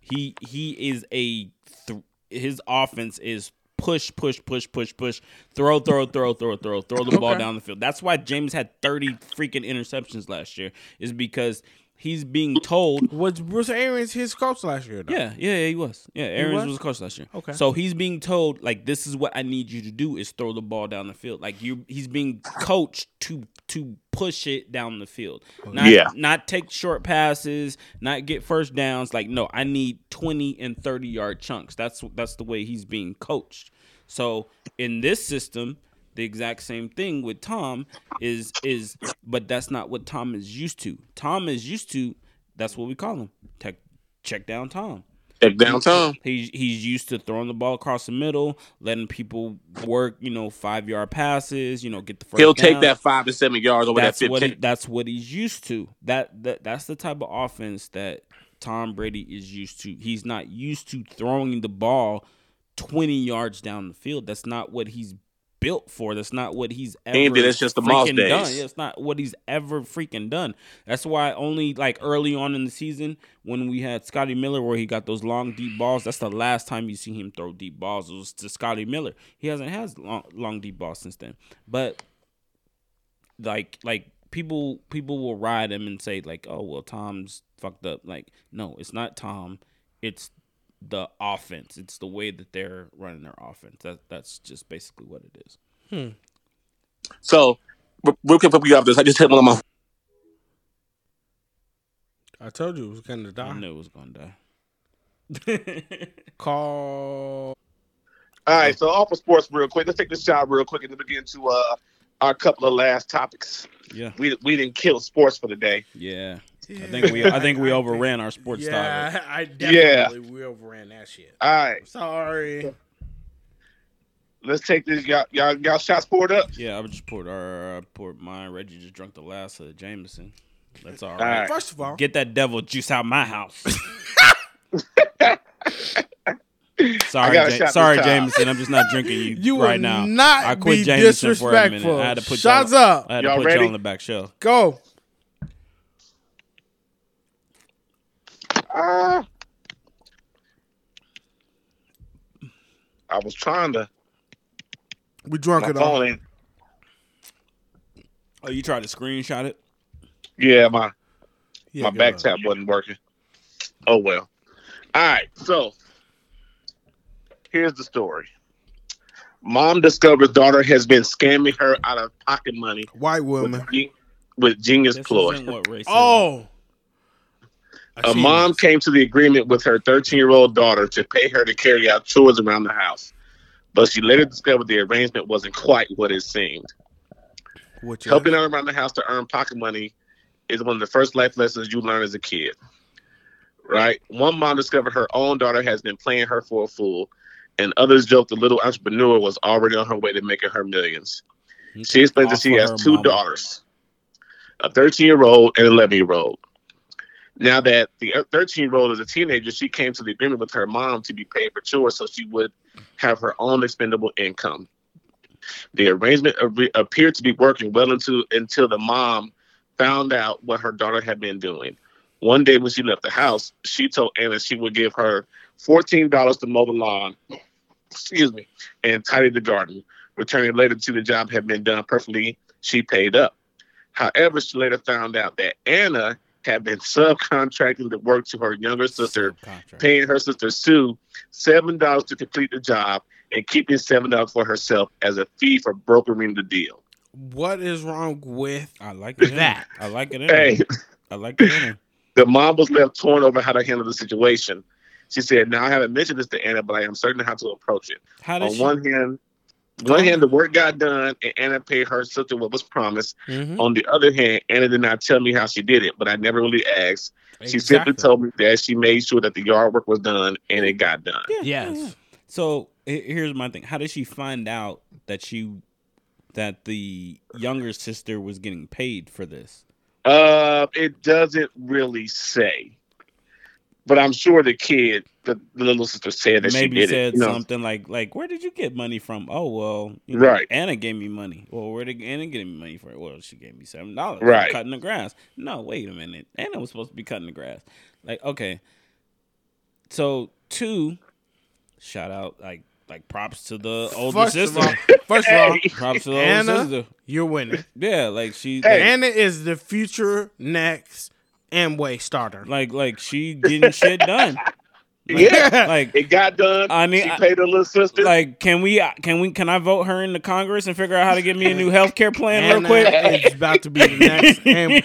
He he is a th- his offense is push push push push push throw throw throw throw throw throw the ball
Okay.
down the field. That's why James had 30 freaking interceptions last year is because he's being told
Was Bruce Arians his coach last year? Though?
yeah, yeah, yeah, he was. Yeah, Aaron's
was?
was? a coach last year.
Okay.
So he's being told like this is what I need you to do is throw the ball down the field. Like you he's being coached to to push it down the field.
Oh,
Not
Yeah.
not take short passes, not get first downs. Like no, I need 20 and 30 yard chunks. That's that's the way he's being coached. So in this system, the exact same thing with Tom is is but that's not what Tom is used to. Tom is used to that's what we call him. Tech check down Tom.
Check down Tom.
He's he's used to throwing the ball across the middle, letting people work, you know, five yard passes, you know, get the first.
He'll take
down.
that five to seven yards over
That's
that
what he,
fifteen.
that's what he's used to. That that that's the type of offense that Tom Brady is used to. He's not used to throwing the ball twenty yards down the field. That's not what he's built for. That's not what he's ever.
Andy, that's just the Moss
freaking
days.
done. Yeah, it's not what he's ever freaking done. That's why only like early on in the season when we had Scotty Miller where he got those long deep balls. That's the last time you see him throw deep balls. It was to Scotty Miller. He hasn't had long, long deep balls since then. But like like people people will ride him and say like oh well tom's fucked up like no it's not tom it's the offense it's the way that they're running their offense that that's just basically what it is
So r- real quick before we get off this, I just hit one of my
I told you it was gonna
i
die.
knew it was gonna die
Call.
All right, so off of sports real quick. Let's take this shot real quick and then we get into uh, our couple of last topics.
yeah,
We we didn't kill sports for the day.
yeah. I think we I think we overran our sports
Yeah,
topic.
I
Yeah.
definitely we overran that shit.
All right,
Sorry.
let's take this. Y'all y'all, y'all shots poured up.
Yeah, I just poured our I poured mine. Reggie just drunk the last of the Jameson. That's all
All
right.
right.
First of all,
Get that devil juice out my house. sorry,
got a
Ja-
shot
sorry,
this time.
Jameson. I'm just not drinking you,
you
right
will
now.
not
I quit
be
Jameson for a minute.
disrespectful.
I had to put
Shut
y'all,
up.
I had to
Y'all
put
ready?
y'all on the back shelf.
Go.
Ah. I was trying to.
We drunk
My
it all.
phone ain't.
Oh, you tried to screenshot it?
Yeah, my
Yeah,
my
go
back
ahead.
tap wasn't working. Oh well. All right, so here's the story. Mom discovers daughter has been scamming her out of pocket money
White
with,
woman.
ge- with genius
This
ploy.
isn't what race.
Oh. I
A
seen
mom
this.
came to the agreement with her 13 year old daughter to pay her to carry out chores around the house, but she later discovered the arrangement wasn't quite what it seemed.
What you
Helping out around the house to earn pocket money is one of the first life lessons you learn as a kid. Right? One mom discovered her own daughter has been playing her for a fool, and others joked the little entrepreneur was already on her way to making her millions. She explained that she
Offer
has
her
two
mama.
daughters, a 13 year old and an 11 year old. Now that the 13 year old is a teenager, she came to the agreement with her mom to be paid for chores so she would have her own expendable income. The arrangement ar- appeared to be working well into until the mom found out what her daughter had been doing. One day when she left the house, she told Anna she would give her $14 to mow the lawn, excuse me, and tidy the garden returning later to the job had been done perfectly, she paid up. However, she later found out that Anna had been subcontracting the work to her younger sister,
Subcontract.
paying her sister Sue seven dollars to complete the job and keeping seven dollars for herself as a fee for brokering the deal.
What is wrong with
I like it. in her.
That.
I like it. In her.
Hey,
I like it. In her.
The mom was left torn over how to handle the situation. She said, Now I haven't mentioned this to Anna, but I am certain how to approach it.
How
On
does she?
one hand, one hand, the work got done, and Anna paid her sister what was promised.
Mm-hmm.
Mhm.
On the other hand, Anna did not tell me how she did it, but I never really asked. She simply
Exactly.
told me that she made sure that the yard work was done and it got done.
Yeah, yeah,
Yes.
yeah. So he- here's my thing. How did she find out that she that the younger sister was getting paid for this?
Uh, it doesn't really say, but I'm sure the kid, the, the little sister, said that
Maybe
she did
said
it. you know?
something like like Where did you get money from? Oh well, you know,
Right.
Anna gave me money. Well, where did Anna get me money from? Well, she gave me seven dollars.
Right.
Cutting the grass. No, wait a minute. Anna was supposed to be cutting the grass. Like okay. So two, shout out like like props to the older
First of
sister.
all, first of all,
props to the
Anna-
older sister.
you're winning.
Yeah, like she. like,
Hey,
Anna is the future next Amway starter.
Like like she getting shit done. Like,
yeah,
Like
it got done.
I mean,
she
I-
paid her little sister.
like can we uh, can we can I vote her into Congress and figure out how to get me a new health care plan real
uh,
Anna
quick?
is uh, about to be the next Am-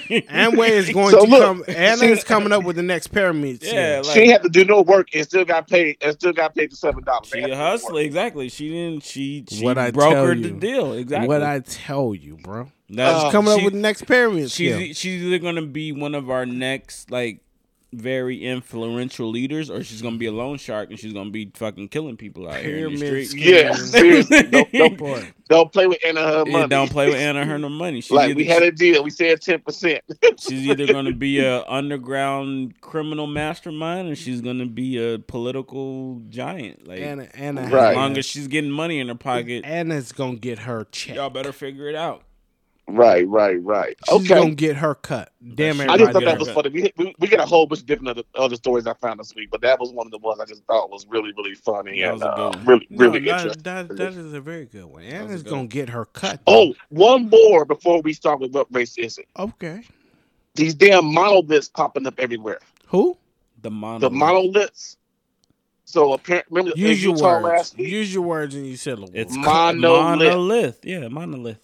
Amway is going
So
to
look,
come. Anna is coming up with the next pyramid.
Yeah,
scheme.
she
like
had to do no work and still got paid. And still got paid the seven dollars.
she a hustler, exactly. She didn't she she
What I tell
brokered the
you.
deal. Exactly.
What I tell you, bro.
That's-
Uh,
Coming
she-
up with the next pyramid.
she's e,
scheme.
she's either gonna be one of our next like very influential leaders or she's gonna be a loan shark and she's gonna be fucking killing people out here in the
Pyramid
street.
scheme.
Yeah, seriously, don't, don't,
Boy.
don't play with Anna her
Yeah,
money.
don't play with Anna her no money. She's
Like
either-
we had a deal. We said ten percent.
She's either going to be a underground criminal mastermind, or she's going to be a political giant. Like
Anna, Anna,
Right.
as
has-
long as she's getting money in her pocket,
Anna's gonna get her check.
y'all better figure it out.
Right, right, right.
She's gonna
okay.
get her cut. Damn it!
I just thought
get
that
her
was
cut.
funny. We, we, we got a whole bunch of different other, other stories I found this week, but that was one of the ones I just thought was really, really funny
That was
and
a
uh,
good one.
really, really
No,
interesting.
that, that, that is a very good one.
was a
Anna's
good
gonna
one.
get her cut.
Oh, one more before we start with what race is it?
okay.
These damn monoliths popping up everywhere.
Who?
The monolith.
The monoliths. So apparently, remember in
Use your
Utah
words.
last week?
Use your words and you said
It's
Monolith.
ca- monolith. Yeah, monolith.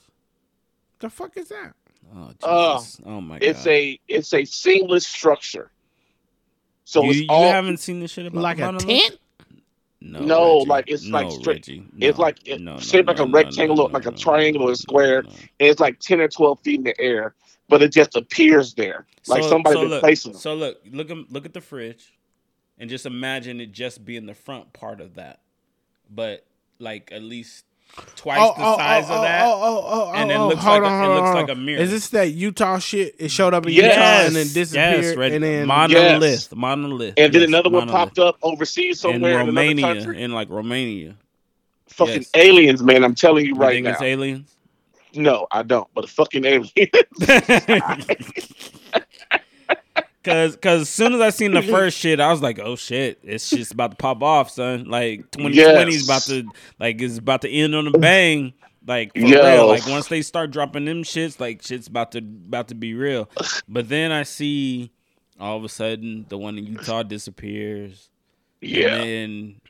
The fuck is that?
Oh,
Uh,
Jesus. oh my
It's
God.
a it's a seamless structure So
you,
it's
you
all
haven't seen the shit about
Like a
Mona Lisa?
tent?
No,
No,
Reggie.
like, it's
no,
like straight-
Reggie.
it's
No,
like it-
no, no,
shaped like
no,
a
no,
rectangle,
no,
like a
no,
triangle or
no,
square.
no.
and it's like ten or twelve feet in the air, but it just appears there, like
so,
somebody
so
been
look,
placing them.
So look, look at look at the fridge, and just imagine it just being the front part of that, but like at least twice the size of that.
Oh, oh, oh, oh,
and it
oh,
looks
hold
like a-
on,
it
hold
looks
on,
like
hold
a
on.
mirror.
Is this that Utah shit? It showed up in
Yes.
Utah and then disappeared,
Yes, Reggie.
and then
monolith, monolith,
And then
yes,
another one
monolith.
popped up
in
overseas somewhere in, another
Romania,
country.
in like Romania.
Fucking
yes.
aliens, man! I'm telling you
You
right
think
now.
it's aliens?
no, I don't. But fucking aliens.
Cause, cause as soon as I seen the first shit, I was like, "Oh shit, it's just about to pop off, son!" Like twenty twenty is about
Yes.
to, like, it's about to end on a bang. Like for
Yo.
real. Like once they start dropping them shits, like shit's about to about to be real. But then I see, all of a sudden, the one in Utah disappears.
yeah.
And then,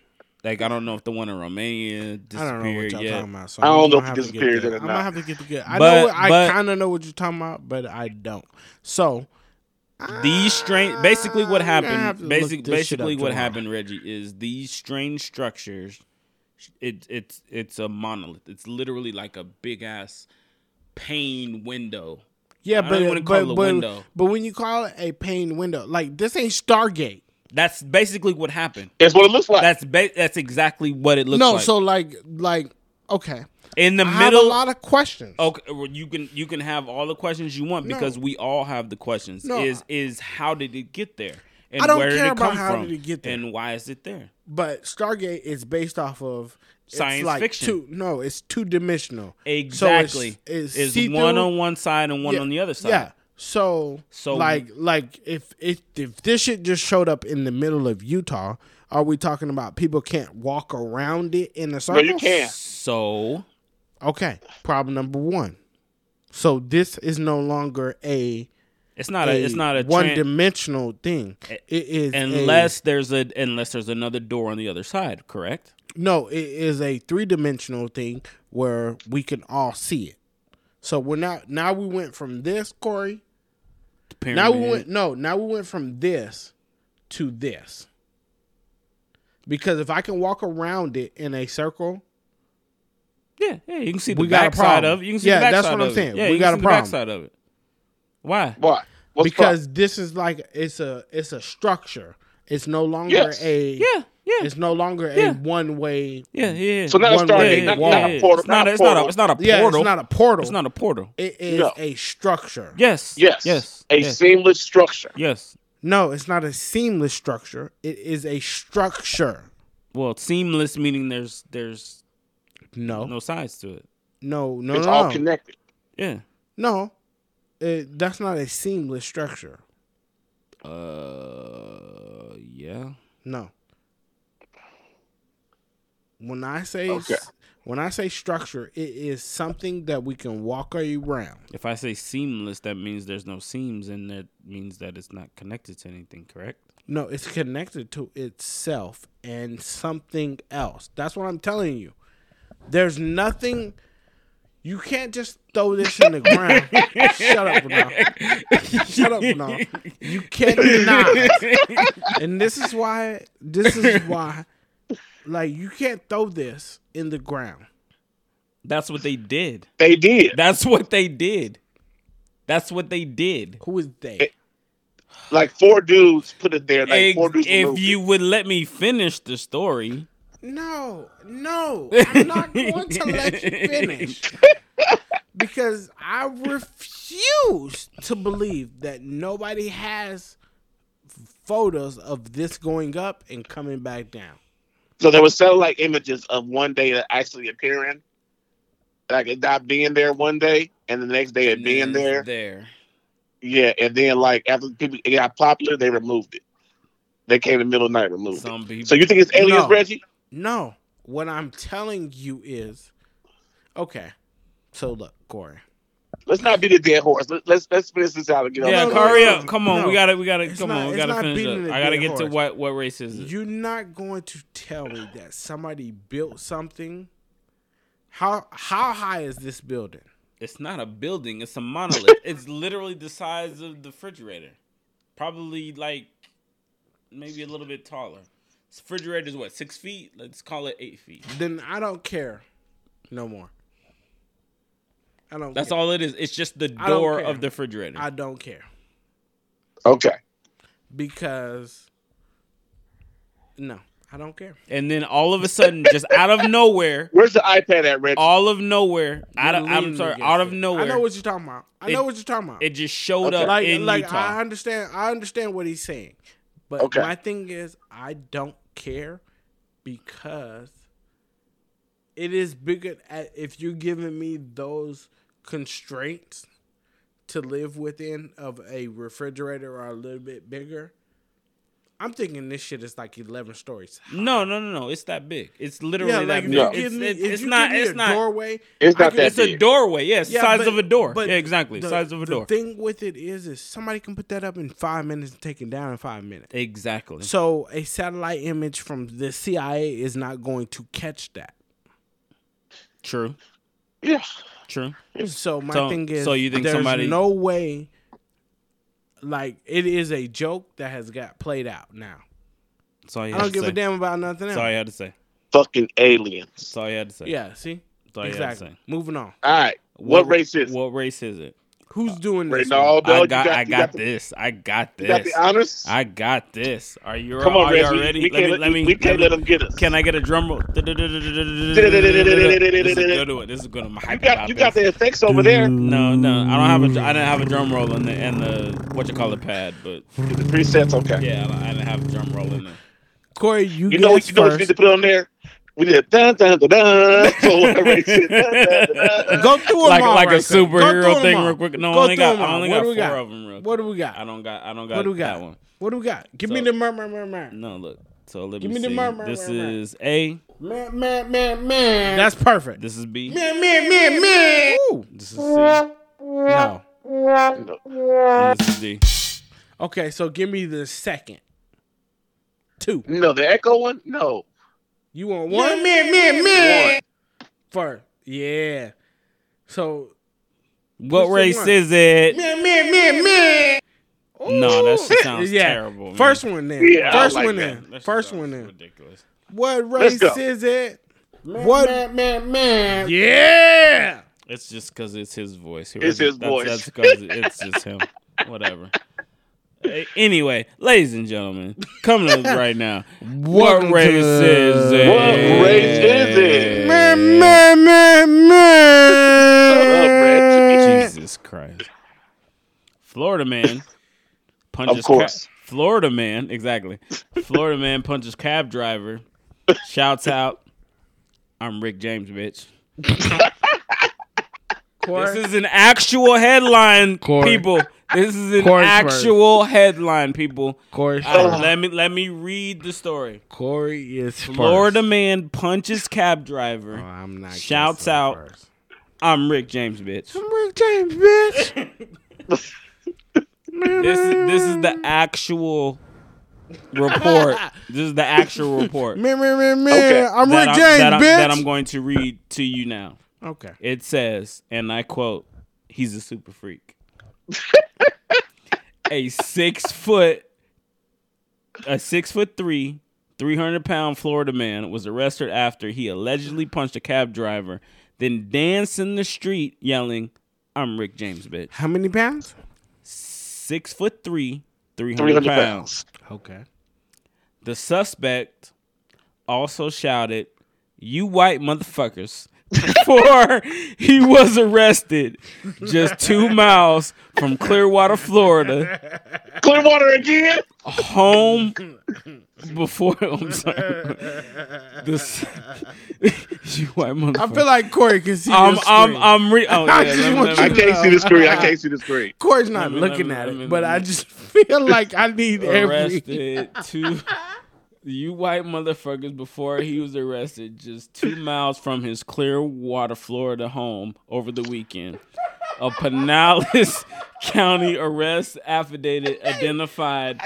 like, I don't know if the one in Romania
I don't know what
disappeared
y'all
yet.
talking about. So
I don't
I'm
know
gonna
if it
have to get
disappeared
there.
or
I'm gonna
not.
have to get together. I
But-
know. what- I
but-
kind of know what you're talking about, but I don't. So
These strange, basically, what
I'm gonna Ah, have to
happened,
look
basic,
this shit up
basically, what
tomorrow.
happened, Reggie, is these strange structures. It, it's it's a monolith. It's literally like a big ass pane window.
Yeah,
I
but
don't even wanna call
but,
it a
but,
window.
but when you call it a pane window, like this ain't Stargate.
That's basically what happened.
That's what it looks like.
That's ba- that's exactly what it looks
no,
like.
so like like okay,
in the
I have a
middle. Oh.
lot of questions.
Okay, well, you can you can have all the questions you want
No.
because we all have the questions.
No.
Is is how did it get there? And
I don't
where
care
did it
about
come
how
from?
did it get there.
And why is it there?
But Stargate is based off of it's
Science
like
fiction.
Two, no, it's two dimensional.
Exactly.
it's
is
see-through.
one on one side and one on the other side.
Yeah. So,
So-
like like if if if this shit just showed up in the middle of Utah, are we talking about people can't walk around it in a
no,
circle?
you can't.
So
Okay. Problem number one. So this is no longer a,
it's not a, it's not a
one
tran-
dimensional thing. It is a-
unless there's a unless there's another door on the other side. Correct.
No, it is a three dimensional thing where we can all see it. So we're not now we went from this, Corey.
The pyramid.
Now we went no, now we went from this to this. Because if I can walk around it in a circle,
yeah, yeah. You can see the
We got a
backside
problem.
of it. You can see
Yeah,
the backside
that's what I'm
of it.
saying.
Yeah,
We
you can
got a
see
problem.
The backside of it. Why?
Why? What's
because this is like it's a it's a structure. It's no longer
Yes.
a
Yeah, yeah,
it's no longer
Yeah.
a one way
yeah, yeah.
the problem? So now it's
one way
starting. Not,
wall.
not a portal.
It's not,
a
it's not a.
portal.
It's not a portal.
Yeah, it's not a portal.
It's not a portal.
it is
No.
a structure.
Yes.
Yes.
Yes.
A
yes.
seamless structure.
yes.
No, it's not a seamless structure. It is a structure.
Well, seamless meaning there's there's
No.
no sides to it.
No, no,
It's
no.
all
no.
connected.
Yeah.
no. It, that's not a seamless structure.
Uh. Yeah.
No. When I say
Okay.
when I say structure, it is something that we can walk around.
If I say seamless, that means there's no seams, and that means that it's not connected to anything. Correct.
No, it's connected to itself and something else. That's what I'm telling you. There's nothing. You can't just throw this in the ground. Shut up, Renal. Shut up, Renal. You can't deny. And this is why. This is why. Like you can't throw this in the ground.
That's what they did.
They did.
That's what they did. That's what they did.
Who is they?
Like four dudes put it there. Like
Ex-
four dudes.
if
removed
you would let me finish the story,
No, no. I'm not going to let you finish. because I refuse to believe that nobody has photos of this going up and coming back down.
it. So there were satellite images of one day that actually appearing. Like it not being there one day, and the next day it being
It's
there.
there.
Yeah, and then like after people it got popular, they removed it. They came in the middle of the night, and removed it.
Some people.
So you think it's aliens,
No.
Reggie?
No, what I'm telling you is okay. So look, Corey.
Let's not be the dead horse. Let, let's let's finish this out and get on.
yeah,
No, no,
hurry
no,
up!
no.
Come on, we
No.
gotta, we gotta,
It's
come
not-
on, we
it's
gotta
not
finish
beating
up.
a
I gotta
dead
get to
horse.
what what race is it?
You're not going to tell me that somebody built something. How how high is this building?
It's not a building. It's a monolith. it's literally the size of the refrigerator. Probably like maybe a little bit taller. This refrigerator is what six feet. Let's call it eight feet.
Then I don't care no more. I don't.
That's
care.
all it is. It's just the
I don't
door
care.
of the refrigerator.
I don't care
Okay.
because no, I don't care.
and then all of a sudden, just out of nowhere,
Where's the iPad at, Rich?
all of nowhere, out of,
You're
I'm
leaning
sorry,
against
out of
it.
nowhere,
I know what you're talking about. I
It-
know what you're talking about.
it just showed
Okay.
up
like
in
like
Utah.
I understand I understand what he's saying. But
Okay.
my thing is I don't care because it is bigger at, if you're giving me those constraints to live within of a refrigerator or a little bit bigger. I'm thinking this shit is like 11 stories.
no, no, no, no. It's that big. It's literally
Yeah,
that
like if
big.
No.
It's,
you give me,
it's,
if
it's
you
not.
give me
It's
a
not.
doorway.
It's
I
not
can-
that
it's a
big.
doorway. Yes,
Yeah,
size
but-
of a door.
but
yeah, exactly.
the-
size of a
the
door.
thing with it is, is somebody can put that up in five minutes and take it down in five minutes.
exactly.
So a satellite image from the CIA is not going to catch that.
True.
Yeah.
True.
So my
So-
thing is,
so you think
there's
somebody-
no way. Like it is a joke that has got played out now.
That's all you
I
had
don't
to
give
say.
a damn about nothing else.
That's all you had to say.
Fucking aliens.
That's all you had to say.
Yeah, see,
That's all you had to
exactly.
say.
Moving on.
All right. What, race is
What race is it? Uh,
Who's doing this? one?
Ronaldo?
I
You
got, I
you
got,
the-
this. I got
You got
this.
the honors.
I got this. Are you?
Come on,
are
Rich.
y'all
We,
ready?
we
let
can't,
me, let me,
we can't let
let me-
them get us.
Can I get a drum roll? This is good one. This is good. I'm
you
hyped
got
about
you got
this.
the effects over there.
No, no, I don't have a, I didn't have a drum roll in the, in the what you call it pad, but
The presets, okay.
yeah, I don't- I didn't have a drum roll in there.
Corey, you,
You know what
guess
you know what you
first.
need to put on there? We did a dun dun dun dun. So what race is it? Dun, dun, dun, dun.
Go through 'em
Like,
all
like a
right quick. Go through
superhero
'em
thing,
all.
real quick. No,
Go
I only
through
got, I
'em all.
only
What
got
do
four
we got?
of them. Real
What
quick.
do we
I
got?
don't got, I don't got
What do we
that
got?
one.
What do we got? Give me
So-
the murmur, murmur,
No, look. So let
Give
me
me the
see.
mer- mer-
This
mer- mer.
is A.
man, man, man, man. That's perfect.
This is B.
Man, man, man, man. Ooh.
This is C.
No.
And this is D.
Okay, so give me the second. Two.
No, the echo one? No.
You want one? Man, man,
One.
First. Yeah. So.
What
the
race
one?
is it?
Man, man, man, man.
No, that shit sounds terrible, man.
First one then.
Yeah, I
First
like
one
that.
then. First one then.
Ridiculous.
What
Let's
race
go.
is it? what? Man, man, man. Yeah.
It's just because it's his voice.
It's his
that's,
voice.
That's because it's just him. Whatever. A- Anyway, ladies and gentlemen, coming to us right now. What
Welcome to-
race is it?
What race is it?
Man, man, man, man.
Jesus Christ. Florida man punches.
course.
Ca- Florida man, exactly. Florida man punches cab driver. Shouts out, I'm Rick James, bitch.
Corey,
This is an actual headline,
Corey.
people. This is an
Corey first.
actual headline, people.
Corey,
All right,
first.
let me let me read the story.
Corey is first.
Florida man punches cab
Oh,
driver.
I'm not.
Shouts
guessing
out.
first.
I'm Rick James, bitch.
I'm Rick James, bitch.
This is this is the actual report. This is the actual report
Man, man, man,
Okay.
man. I'm
that
Rick
I'm-
James,
that I'm-
bitch.
that I'm going to read to you now.
okay.
It says, and I quote, he's a super freak. a six foot a six foot three, three hundred pound Florida man was arrested after he allegedly punched a cab driver, then danced in the street yelling, I'm Rick James, bitch.
How many pounds?
Six foot three, three
300
hundred pounds.
pounds.
Okay.
The suspect also shouted, You white motherfuckers, before he was arrested just two miles from Clearwater, Florida,
Clearwater again?
home before. I'm sorry. This, you white
I
motherfuckers.
feel like Corey can see
I'm,
your
I'm,
screen.
I'm, re- oh, yeah,
I
let
just
me-
want
let
I
me-
you
can't see the screen. I can't see the screen.
Corey's
Let
not
me- let
looking
me-
at
let
it,
me-
but
let
I
me-
just feel like I need every.
arrested two you white motherfuckers before he was arrested just two miles from his Clearwater, Florida home over the weekend. A Pinellas County arrest affidavit identified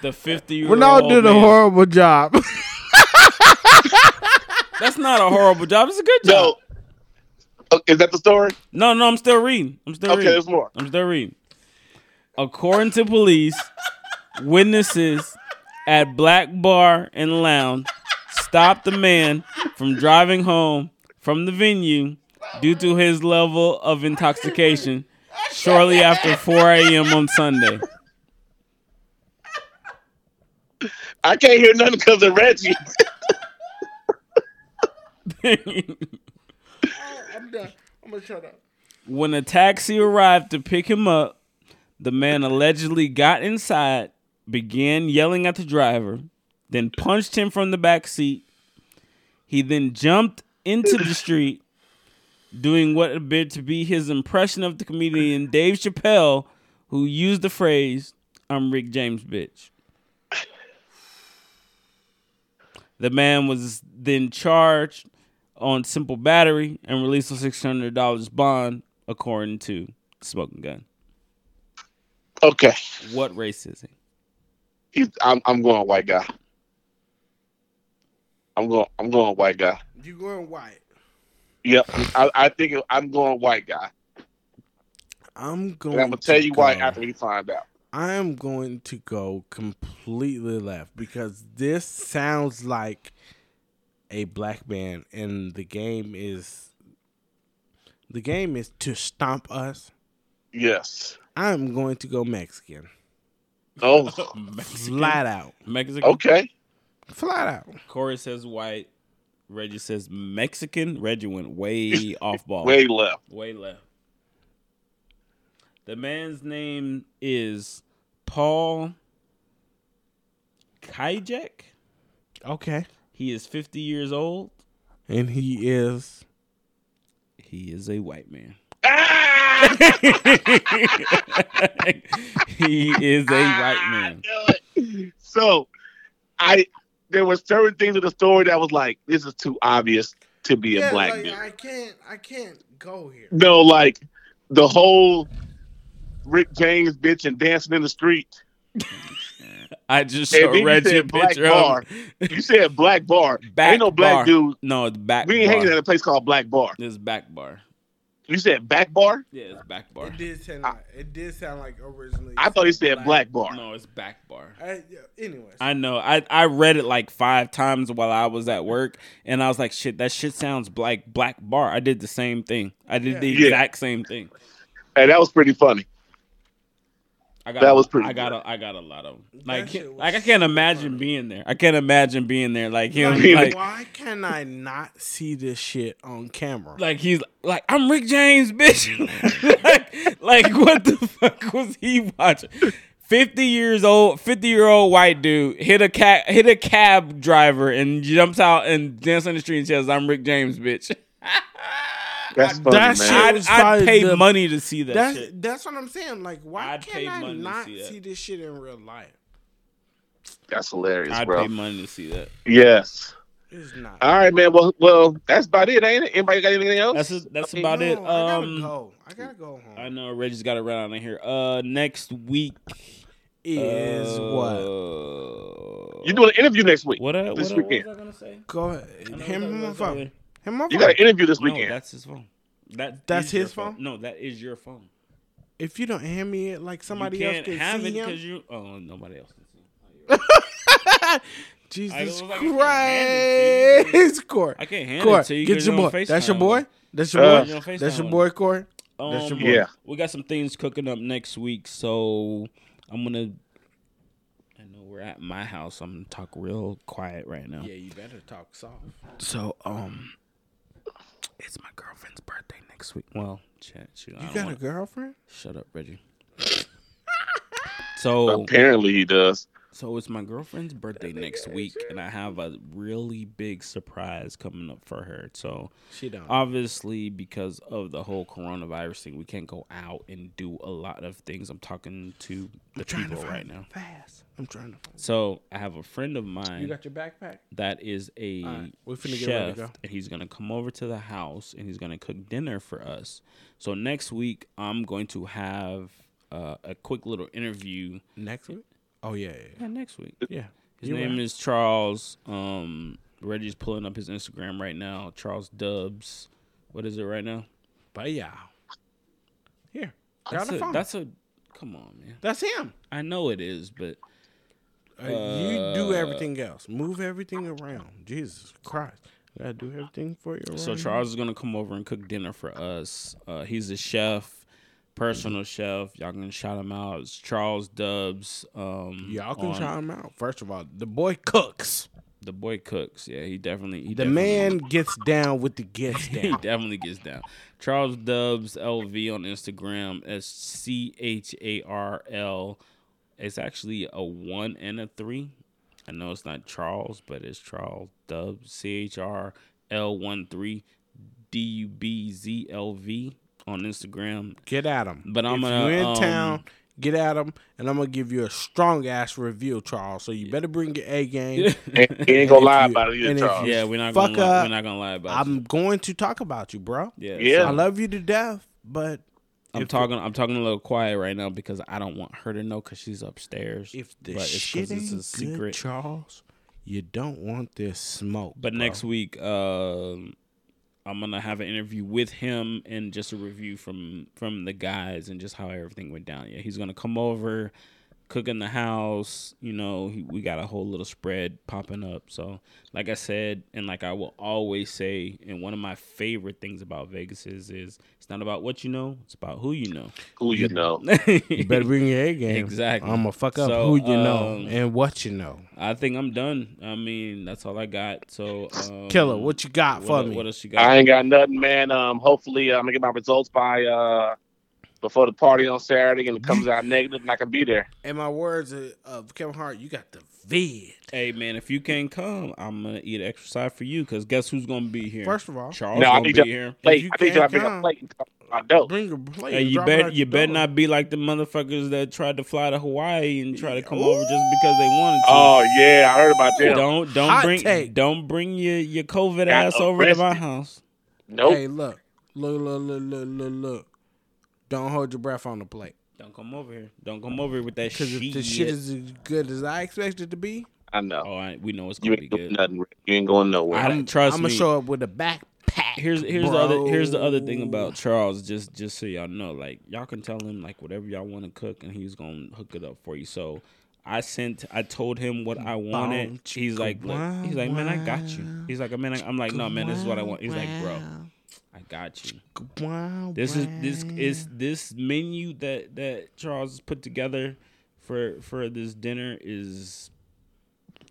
the 50 year old.
Ronaldo did a horrible job.
That's not a horrible job. It's a good job.
No. Oh, Is that the story?
No, no, I'm still reading. I'm still
Okay,
reading.
there's more.
I'm still reading. According to police, witnesses at Black Bar and Lounge stopped the man from driving home from the venue due to his level of intoxication shortly after 4 a.m. on Sunday.
I can't hear nothing because of Reggie.
I'm done. I'm gonna shut up.
When a taxi arrived to pick him up, the man allegedly got inside, began yelling at the driver, then punched him from the back seat. He then jumped into the street, doing what appeared to be his impression of the comedian Dave Chappelle, who used the phrase, I'm Rick James, bitch. The man was then charged on simple battery and released on six hundred dollars bond, according to Smoking Gun.
Okay,
What race is he?
He's, I'm I'm going white guy. I'm going I'm going white guy.
You going white?
Yep, I, I think I'm going white guy.
I'm going.
And I'm gonna tell
to
you why
go-
after we find out.
I am going to go completely left because this sounds like a black man, and the game is the game is to stomp us.
Yes.
I'm going to go Mexican,
Oh.
flat out,
Mexican.
Okay.
flat out.
Corey says white. Reggie says Mexican. Reggie went way off ball.
Way left.
Way left. The man's name is Paul Kajek.
Okay,
He is 50 years old.
and he is
He is a white man.
Ah!
he is a white
I
man.
knew it. So, I there was certain things in the story that was like, this is too obvious to be a black man.
I can't, I can't go here.
no, like the whole Rick James bitch and dancing in the street.
I just
And
showed
then you
Reggie a
said black
picture of
bar. You said black bar.
Back
Ain't no black
bar.
dude.
No, it's back
We ain't
bar.
hanging at a place called Black Bar.
It's back bar.
You said back bar.
Yeah, it's back bar.
It did sound, like, it did sound like originally.
I thought he said black bar.
No, it's back bar.
I, yeah, anyways,
I know. I, I read it like five times while I was at work, and I was like, "Shit, that shit sounds like black bar." I did the same thing. I did the
Yeah.
Yeah.
exact same thing.
Hey, that was pretty funny.
I got
That
a-
was pretty
I got a, I got a lot of 'em. like
shit was
like I can't
so
imagine
funny.
being there. I can't imagine being there like him
Like,
like
why can I not see this shit on camera?
like he's like I'm Rick James, bitch. like, like what the fuck was he watching? Fifty years old, fifty year old white dude hit a cat, hit a cab driver, and jumps out and dances on the street and says, "I'm Rick James, bitch."
That's funny,
that
man.
shit
I'd,
was
I'd
probably
pay
the-
money to see that
that's
shit.
that's what I'm saying. Like, why
I'd pay
can I
money to
not
see
see,
that.
this shit in real life?
That's hilarious,
I'd
bro.
pay money to see that.
Yes.
It's not.
All right, man. Well, well, that's about it, ain't it? Anybody got anything else?
That's it that's
Okay.
about
No,
it.
I gotta
Um,
go. I gotta go home.
I know Reggie's got to run out of here. Uh, next week
Is
uh,
what?
what?
You do an interview next week.
What, I-
this
what, I-
weekend.
what was I gonna say?
Go ahead.
I know
Hit
what
him
I-
on my
what I-
phone. Hit him on
You
my
got
phone.
an interview this
No,
weekend.
that's his phone. That
That's
is your
his phone?
No, that is your phone.
If you don't hand me it, like somebody
you
else
can't
can
have
see
it
him.
you. Oh, nobody else can see. I was
Jesus
like, I can't hand it to you.
Christ, Corey.
I can't hand
Corey,
it to you.
get
'cause
your
you're on
boy. That's your
FaceTime.
boy. That's
Uh,
your
You're
boy.
on
That's your
FaceTime.
boy, Corey.
Um,
That's your boy.
Yeah.
We got some things cooking up next week, so I'm gonna. I know we're at my house. I'm gonna talk real quiet right now.
you better talk soft.
So, um, it's my girlfriend's birthday next week. Well, shit, shoot, I
You
don't
got
wanna-
a girlfriend?
Shut up, Reggie. so
Apparently, he does.
so it's my girlfriend's birthday next week and I have a really big surprise coming up for her. So
She don't.
Uh, obviously because of the whole coronavirus thing, we can't go out and do a lot of things. I'm talking to the people right now.
Fast. I'm trying to.
So I have a friend of
You
mine
got your backpack?
that is a
Alright, we finna get ready
chef,
to go.
and he's gonna come over to the house and he's gonna cook dinner for us. So next week, I'm going to have uh, a quick little interview.
Next week? Oh yeah, yeah.
Yeah, next week.
yeah.
His
You
name
right.
is Charles. Um, Reggie's pulling up his Instagram right now. Charles Dubs. What is it right now?
But yeah. Here. Grab
That's
the
a,
phone.
that's a. Come on, man.
That's him.
I know it is, but
Uh, you do everything else. Move everything around. Jesus Christ. You gotta do everything for your
So Charles is gonna come over and cook dinner for us. Uh, he's a chef, personal chef. Y'all can shout him out. It's Charles Dubs. Um,
Y'all can
on-
try him out. First of all, the boy cooks.
The boy cooks. Yeah, he definitely. He
The
definitely-
man gets down with the gets
He
down.
definitely gets down. Charles Dubs LV on Instagram as C H A R L. It's actually a one and a three. I know it's not Charles, but it's Charles Dubs C H R L one three D U B Z L V on Instagram.
Get at him.
But I'm
if
gonna,
you in
um,
town, get at him, and I'm gonna give you a strong ass review, Charles. So you better bring your A game.
And he ain't gonna lie
If you-
about it
and
either,
if
Charles.
you-
Yeah, we're not
Fuck
gonna lie,
up.
we're not gonna lie about it.
I'm going to talk about you, bro.
Yeah,
Yeah.
so
I love you to death, but
I'm talking. I'm talking a little quiet right now because I don't want her to know because she's upstairs.
if the
But it's 'cause
shit
it's
ain't
a
good,
secret.
Charles, you don't want this smoke.
But
bro.
next week, um, I'm gonna have an interview with him and just a review from from the guys and just how everything went down. Yeah, he's gonna come over, cook in the house. You know, he, we got a whole little spread popping up. So, like I said, and like I will always say, and one of my favorite things about Vegas is is it's not about what you know, it's about who you know.
Who you know?
you better bring your A game.
Exactly.
I'm gonna fuck up
So,
who you know
um,
and what you know.
I think I'm done. I mean, that's all I got. So, um,
Killer, what you got
what,
for
el-
me?
What else you got?
I ain't got nothing, man. Um, hopefully, uh, I'm gonna get my results by uh before the party on Saturday, and it comes out negative, and I can be there.
In my words of, of Kevin Hart, you got the vid.
Hey man, if you can't come, I'm gonna eat extra side for you because guess who's gonna be here?
First of all,
Charles
No, I
gonna
need
be
to-
here.
Plate.
you
I think y'all
can't
bring a
come,
plate. and talk about dope.
bring your plate.
Hey,
and
you
drop it
bet
at
you
the
better
door.
not be like the motherfuckers that tried to fly to Hawaii and try to come over just because they wanted to.
Oh yeah, I heard about them.
don't don't
Hot
bring
take.
don't bring your your COVID
Got
ass over to my
arrested.
house.
Nope.
Hey, look, look, look, look, look, look, look. Don't hold your breath on the plate.
Don't come over here. Don't come over here with that shit.
Because if the shit is as good as I expect it to be,
I know.
oh, I, we know it's
You
gonna be
ain't doing
good.
nothing. Rick. You ain't going nowhere.
I don't trust
I'm
me.
gonna show up with a backpack.
here's here's the
bro.
other here's the other thing about Charles. Just just so y'all know, like y'all can tell him like whatever y'all want to cook, and he's gonna hook it up for you. So I sent, I told him what I wanted. He's like, look, he's like, man, I got you. He's like, man, I, I'm like, no, man, this is what I want. He's like, bro, I got you.
Wow,
This is this
wow.
is this menu that that Charles has put together for for this dinner is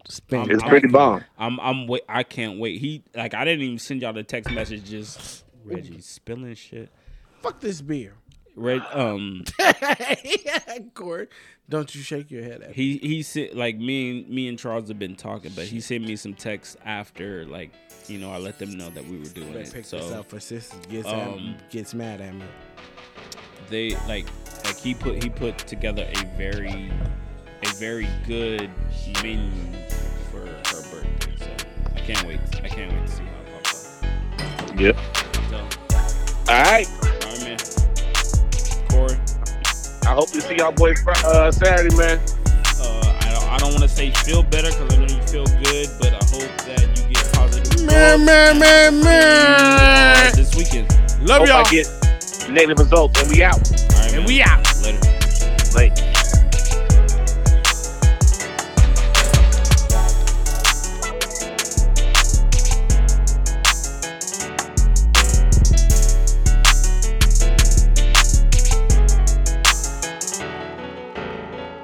Spin.
I'm-
it's pretty bomb.
I'm I'm wait I can't wait. He like I didn't even send y'all the text message. Just Reggie spilling shit.
Fuck this beer.
Reg, um.
Corey, don't you shake your head at me.
He he said like me and me and Charles have been talking, but he sent me some texts after like you know I let them know that we were doing
Better pick
it.
this
So
up for sisters gets
um,
at, gets mad at me.
they like like he put he put together a very a very good menu for her birthday. So I can't wait. I can't wait to see how it pops up.
Yep.
So
All right.
all right, man. Corey,
I hope to see y'all boys Fri- uh, Saturday, man.
uh, I don't I don't want to say feel better because I know you feel good, but I hope that you get positive. thoughts and
man,
feelings, uh, This weekend.
Love
hope I get negative results, and we out.
All right, man.
out.